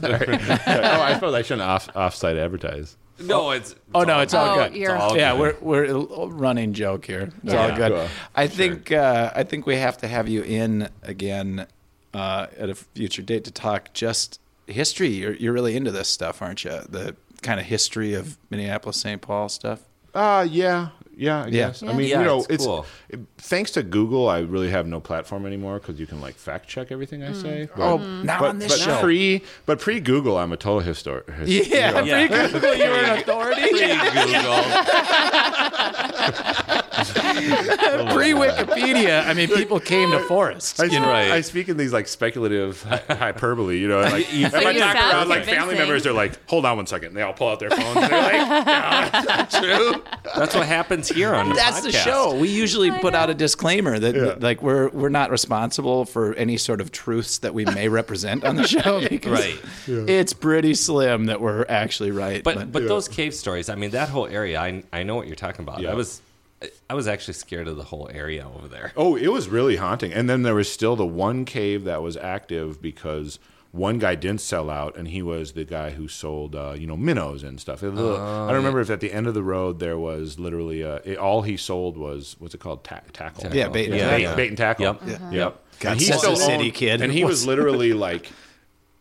Yeah.
oh, I suppose I shouldn't off offsite advertise.
No, it's.
Oh no, it's all
Oh,
good.
you're-
It's all
yeah,
good.
we're we're a running joke here. It's all
Yeah.
good.
Sure.
I think uh, I think we have to have you in again uh, at a future date to talk just history. You're you're really into this stuff, aren't you? The kind of history of Minneapolis, St. Paul stuff.
Uh yeah, yeah, I guess. I mean,
Yeah,
you know,
it's
it's,
cool.
it- thanks to Google, I really have no platform anymore because you can like fact check everything I say. But,
Oh, not
but,
on this
but
show.
pre but pre Google, I'm a total historian.
yeah,
Yeah.
pretty cool. You're an authority.
Free Google.
Pre Wikipedia. I mean, people came to Forest.
I, you know,
Right.
I speak in these like speculative hyperbole, you know, and like, and
So
my
you
doctor,
sound
and, like family
convincing.
members, they're like, "Hold on one second. and they all pull out their phones. and They're like, "No, it's not true."
That's what happens here on the
That's the
podcast.
show. We usually put out a disclaimer that
Yeah.
like we're we're not responsible for any sort of truths that we may represent on the show because
Right.
it's pretty slim that we're actually right.
But but those cave stories, I mean, that whole area, I I know what you're talking about.
Yeah.
I was I was actually scared of the whole area over there.
Oh, it was really haunting. And then there was still the one cave that was active because one guy didn't sell out, and he was the guy who sold, uh, you know, minnows and stuff. It was a little-
Oh,
I don't remember if at the end of the road there was literally uh, it, all he sold was what's it called Ta- tackle?
Yeah, bait and Uh-huh.
bait,
tackle.
bait and tackle.
Yep.
Yep.
God, such a city kid.
And he was literally like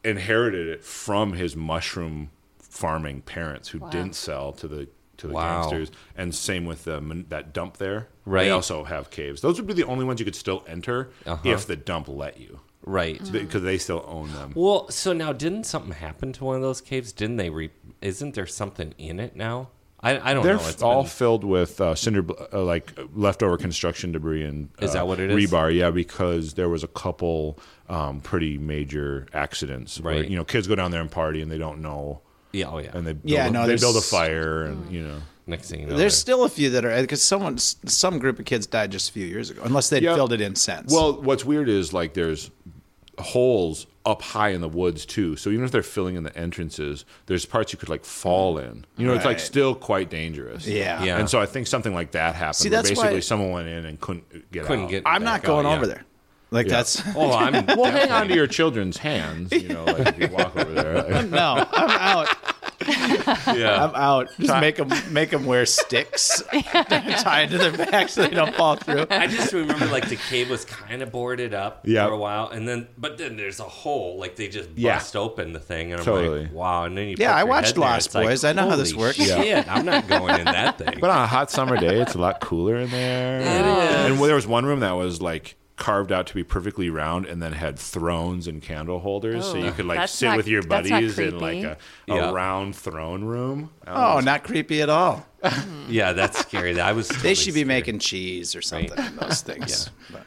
inherited it from his mushroom farming parents who didn't sell to the to the
Wow.
gangsters. And same with the, mon- that dump there.
Right.
They also have caves. Those would be the only ones you could still enter if the dump let you,
Right.
because they still own them.
Well, so now didn't something happen to one of those caves? Didn't they re Isn't there something in it now? I, I don't
They're
know. It's
all
been-
filled with uh, cinder, bl- uh, like uh, leftover construction debris and
Is that
uh,
what it is?
Rebar, yeah, because there was a couple um, pretty major accidents. Where,
Right.
you know, kids go down there and party, and they don't know,
yeah, oh yeah.
and they build
Yeah,
a,
no,
they
there's-
build a fire, and you know,
Next thing you know,
there's
they're-
still a few that are because someone s- some group of kids died just a few years ago, unless they
Yeah.
would filled it in since.
Well, what's weird is like there's holes up high in the woods too. So even if they're filling in the entrances, there's parts you could like fall in. You know, it's like
Right.
still quite dangerous.
Yeah.
Yeah.
And so I think something like that happened.
See,
where
that's
basically
why-
someone went in and couldn't get
Couldn't
out.
get-
I'm not
back
going
out, yeah.
over there. oh, Like that's
Oh, I'm
well, hang on to your children's hands. You know, like if you walk over there. like-
no, I'm out.
Yeah.
I'm out. Just make them make them wear sticks tied to their back so they don't fall through.
I just remember like the cave was kind of boarded up
Yeah.
for a while, and then but then there's a hole like they just
Yeah.
bust open the thing, and I'm
Totally.
like, wow. And then you
Yeah,
poke
I
your
watched
head in there,
Lost
it's like,
Boys. I know how this
holy
works.
Shit, I'm not going in that thing.
But on a hot summer day, it's a lot cooler in there. And there was one room that was like carved out to be perfectly round and then had thrones and candle holders. so you could like
that's
sit
not-
with your
that's not
buddies in like
creepy.
a, a
Yeah.
round throne room.
Oh, not creepy at all.
yeah, that's scary. I was.
They
totally
should be
scared.
making cheese or something in those things. But-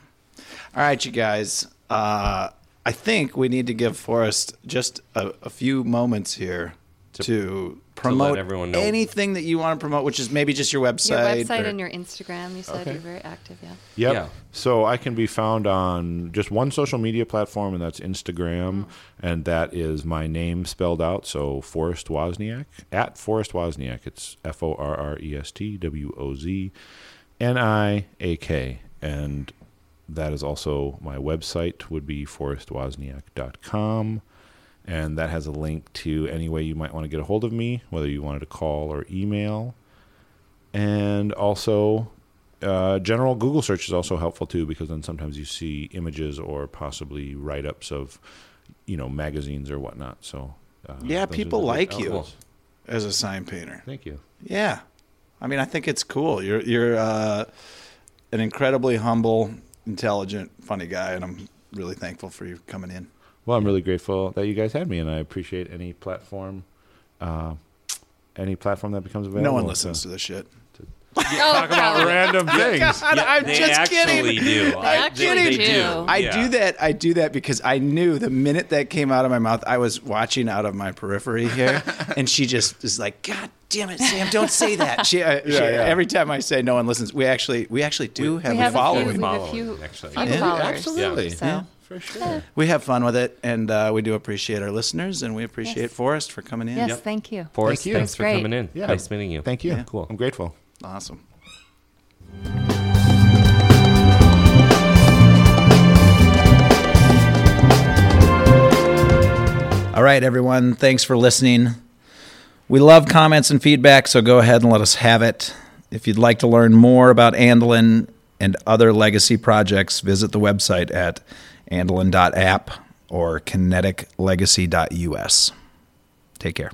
All right, you guys. Uh, I think we need to give Forrest just a, a few moments here to, promote
everyone know.
anything that you want to promote, which is maybe just your
Your
website.
website
or-
and your Instagram, you said you're very active, yeah.
Yep.
Yeah.
So I can be found on just one social media platform, and that's Instagram, and that is my name spelled out. So Forrest Wozniak at Forrest Wozniak. It's F O R R E S T W O Z N I A K, and that is also my website. Would be forrestwozniak.com. And that has a link to any way you might want to get a hold of me, whether you wanted to call or email. And also, uh, general Google search is also helpful too, because then sometimes you see images or possibly write ups of, you know, magazines or whatnot. So, uh,
Yeah,
those are
people
the good
like you
outlets.
as a sign painter.
Thank you.
Yeah, I mean, I think it's cool. You're you're uh, an incredibly humble, intelligent, funny guy, and I'm really thankful for you coming in.
Well, I'm really grateful that you guys had me, and I appreciate any platform, uh, any platform that becomes available.
No one
uh,
to-
listens to this shit.
Oh,
Talk about random things.
God, I'm
they
just
actually
kidding.
do. I- They they
actually do.
I
Yeah.
do that. I do that because I knew the minute that came out of my mouth, I was watching out of my periphery here, and she just is like, "God damn it, Sam, don't say that." She, uh, she-
yeah.
every time I say no one listens, we actually we actually do have,
we have
a
a
following.
few, we have a
Following,
few,
actually.
few
Yeah,
followers.
absolutely.
So
For sure.
We have fun with it, and uh, we do appreciate our listeners, and we appreciate
Yes.
Forrest for coming in.
yes, thank you.
Forrest,
you.
thanks
That's
for
great.
coming in.
Yeah.
Nice meeting you.
Thank you.
Yeah.
Cool.
I'm grateful.
Awesome. All right, everyone. Thanks for listening. We love comments and feedback, so go ahead and let us have it. If you'd like to learn more about Andelin and other legacy projects, visit the website at andelin.app or kineticlegacy.us. Take care.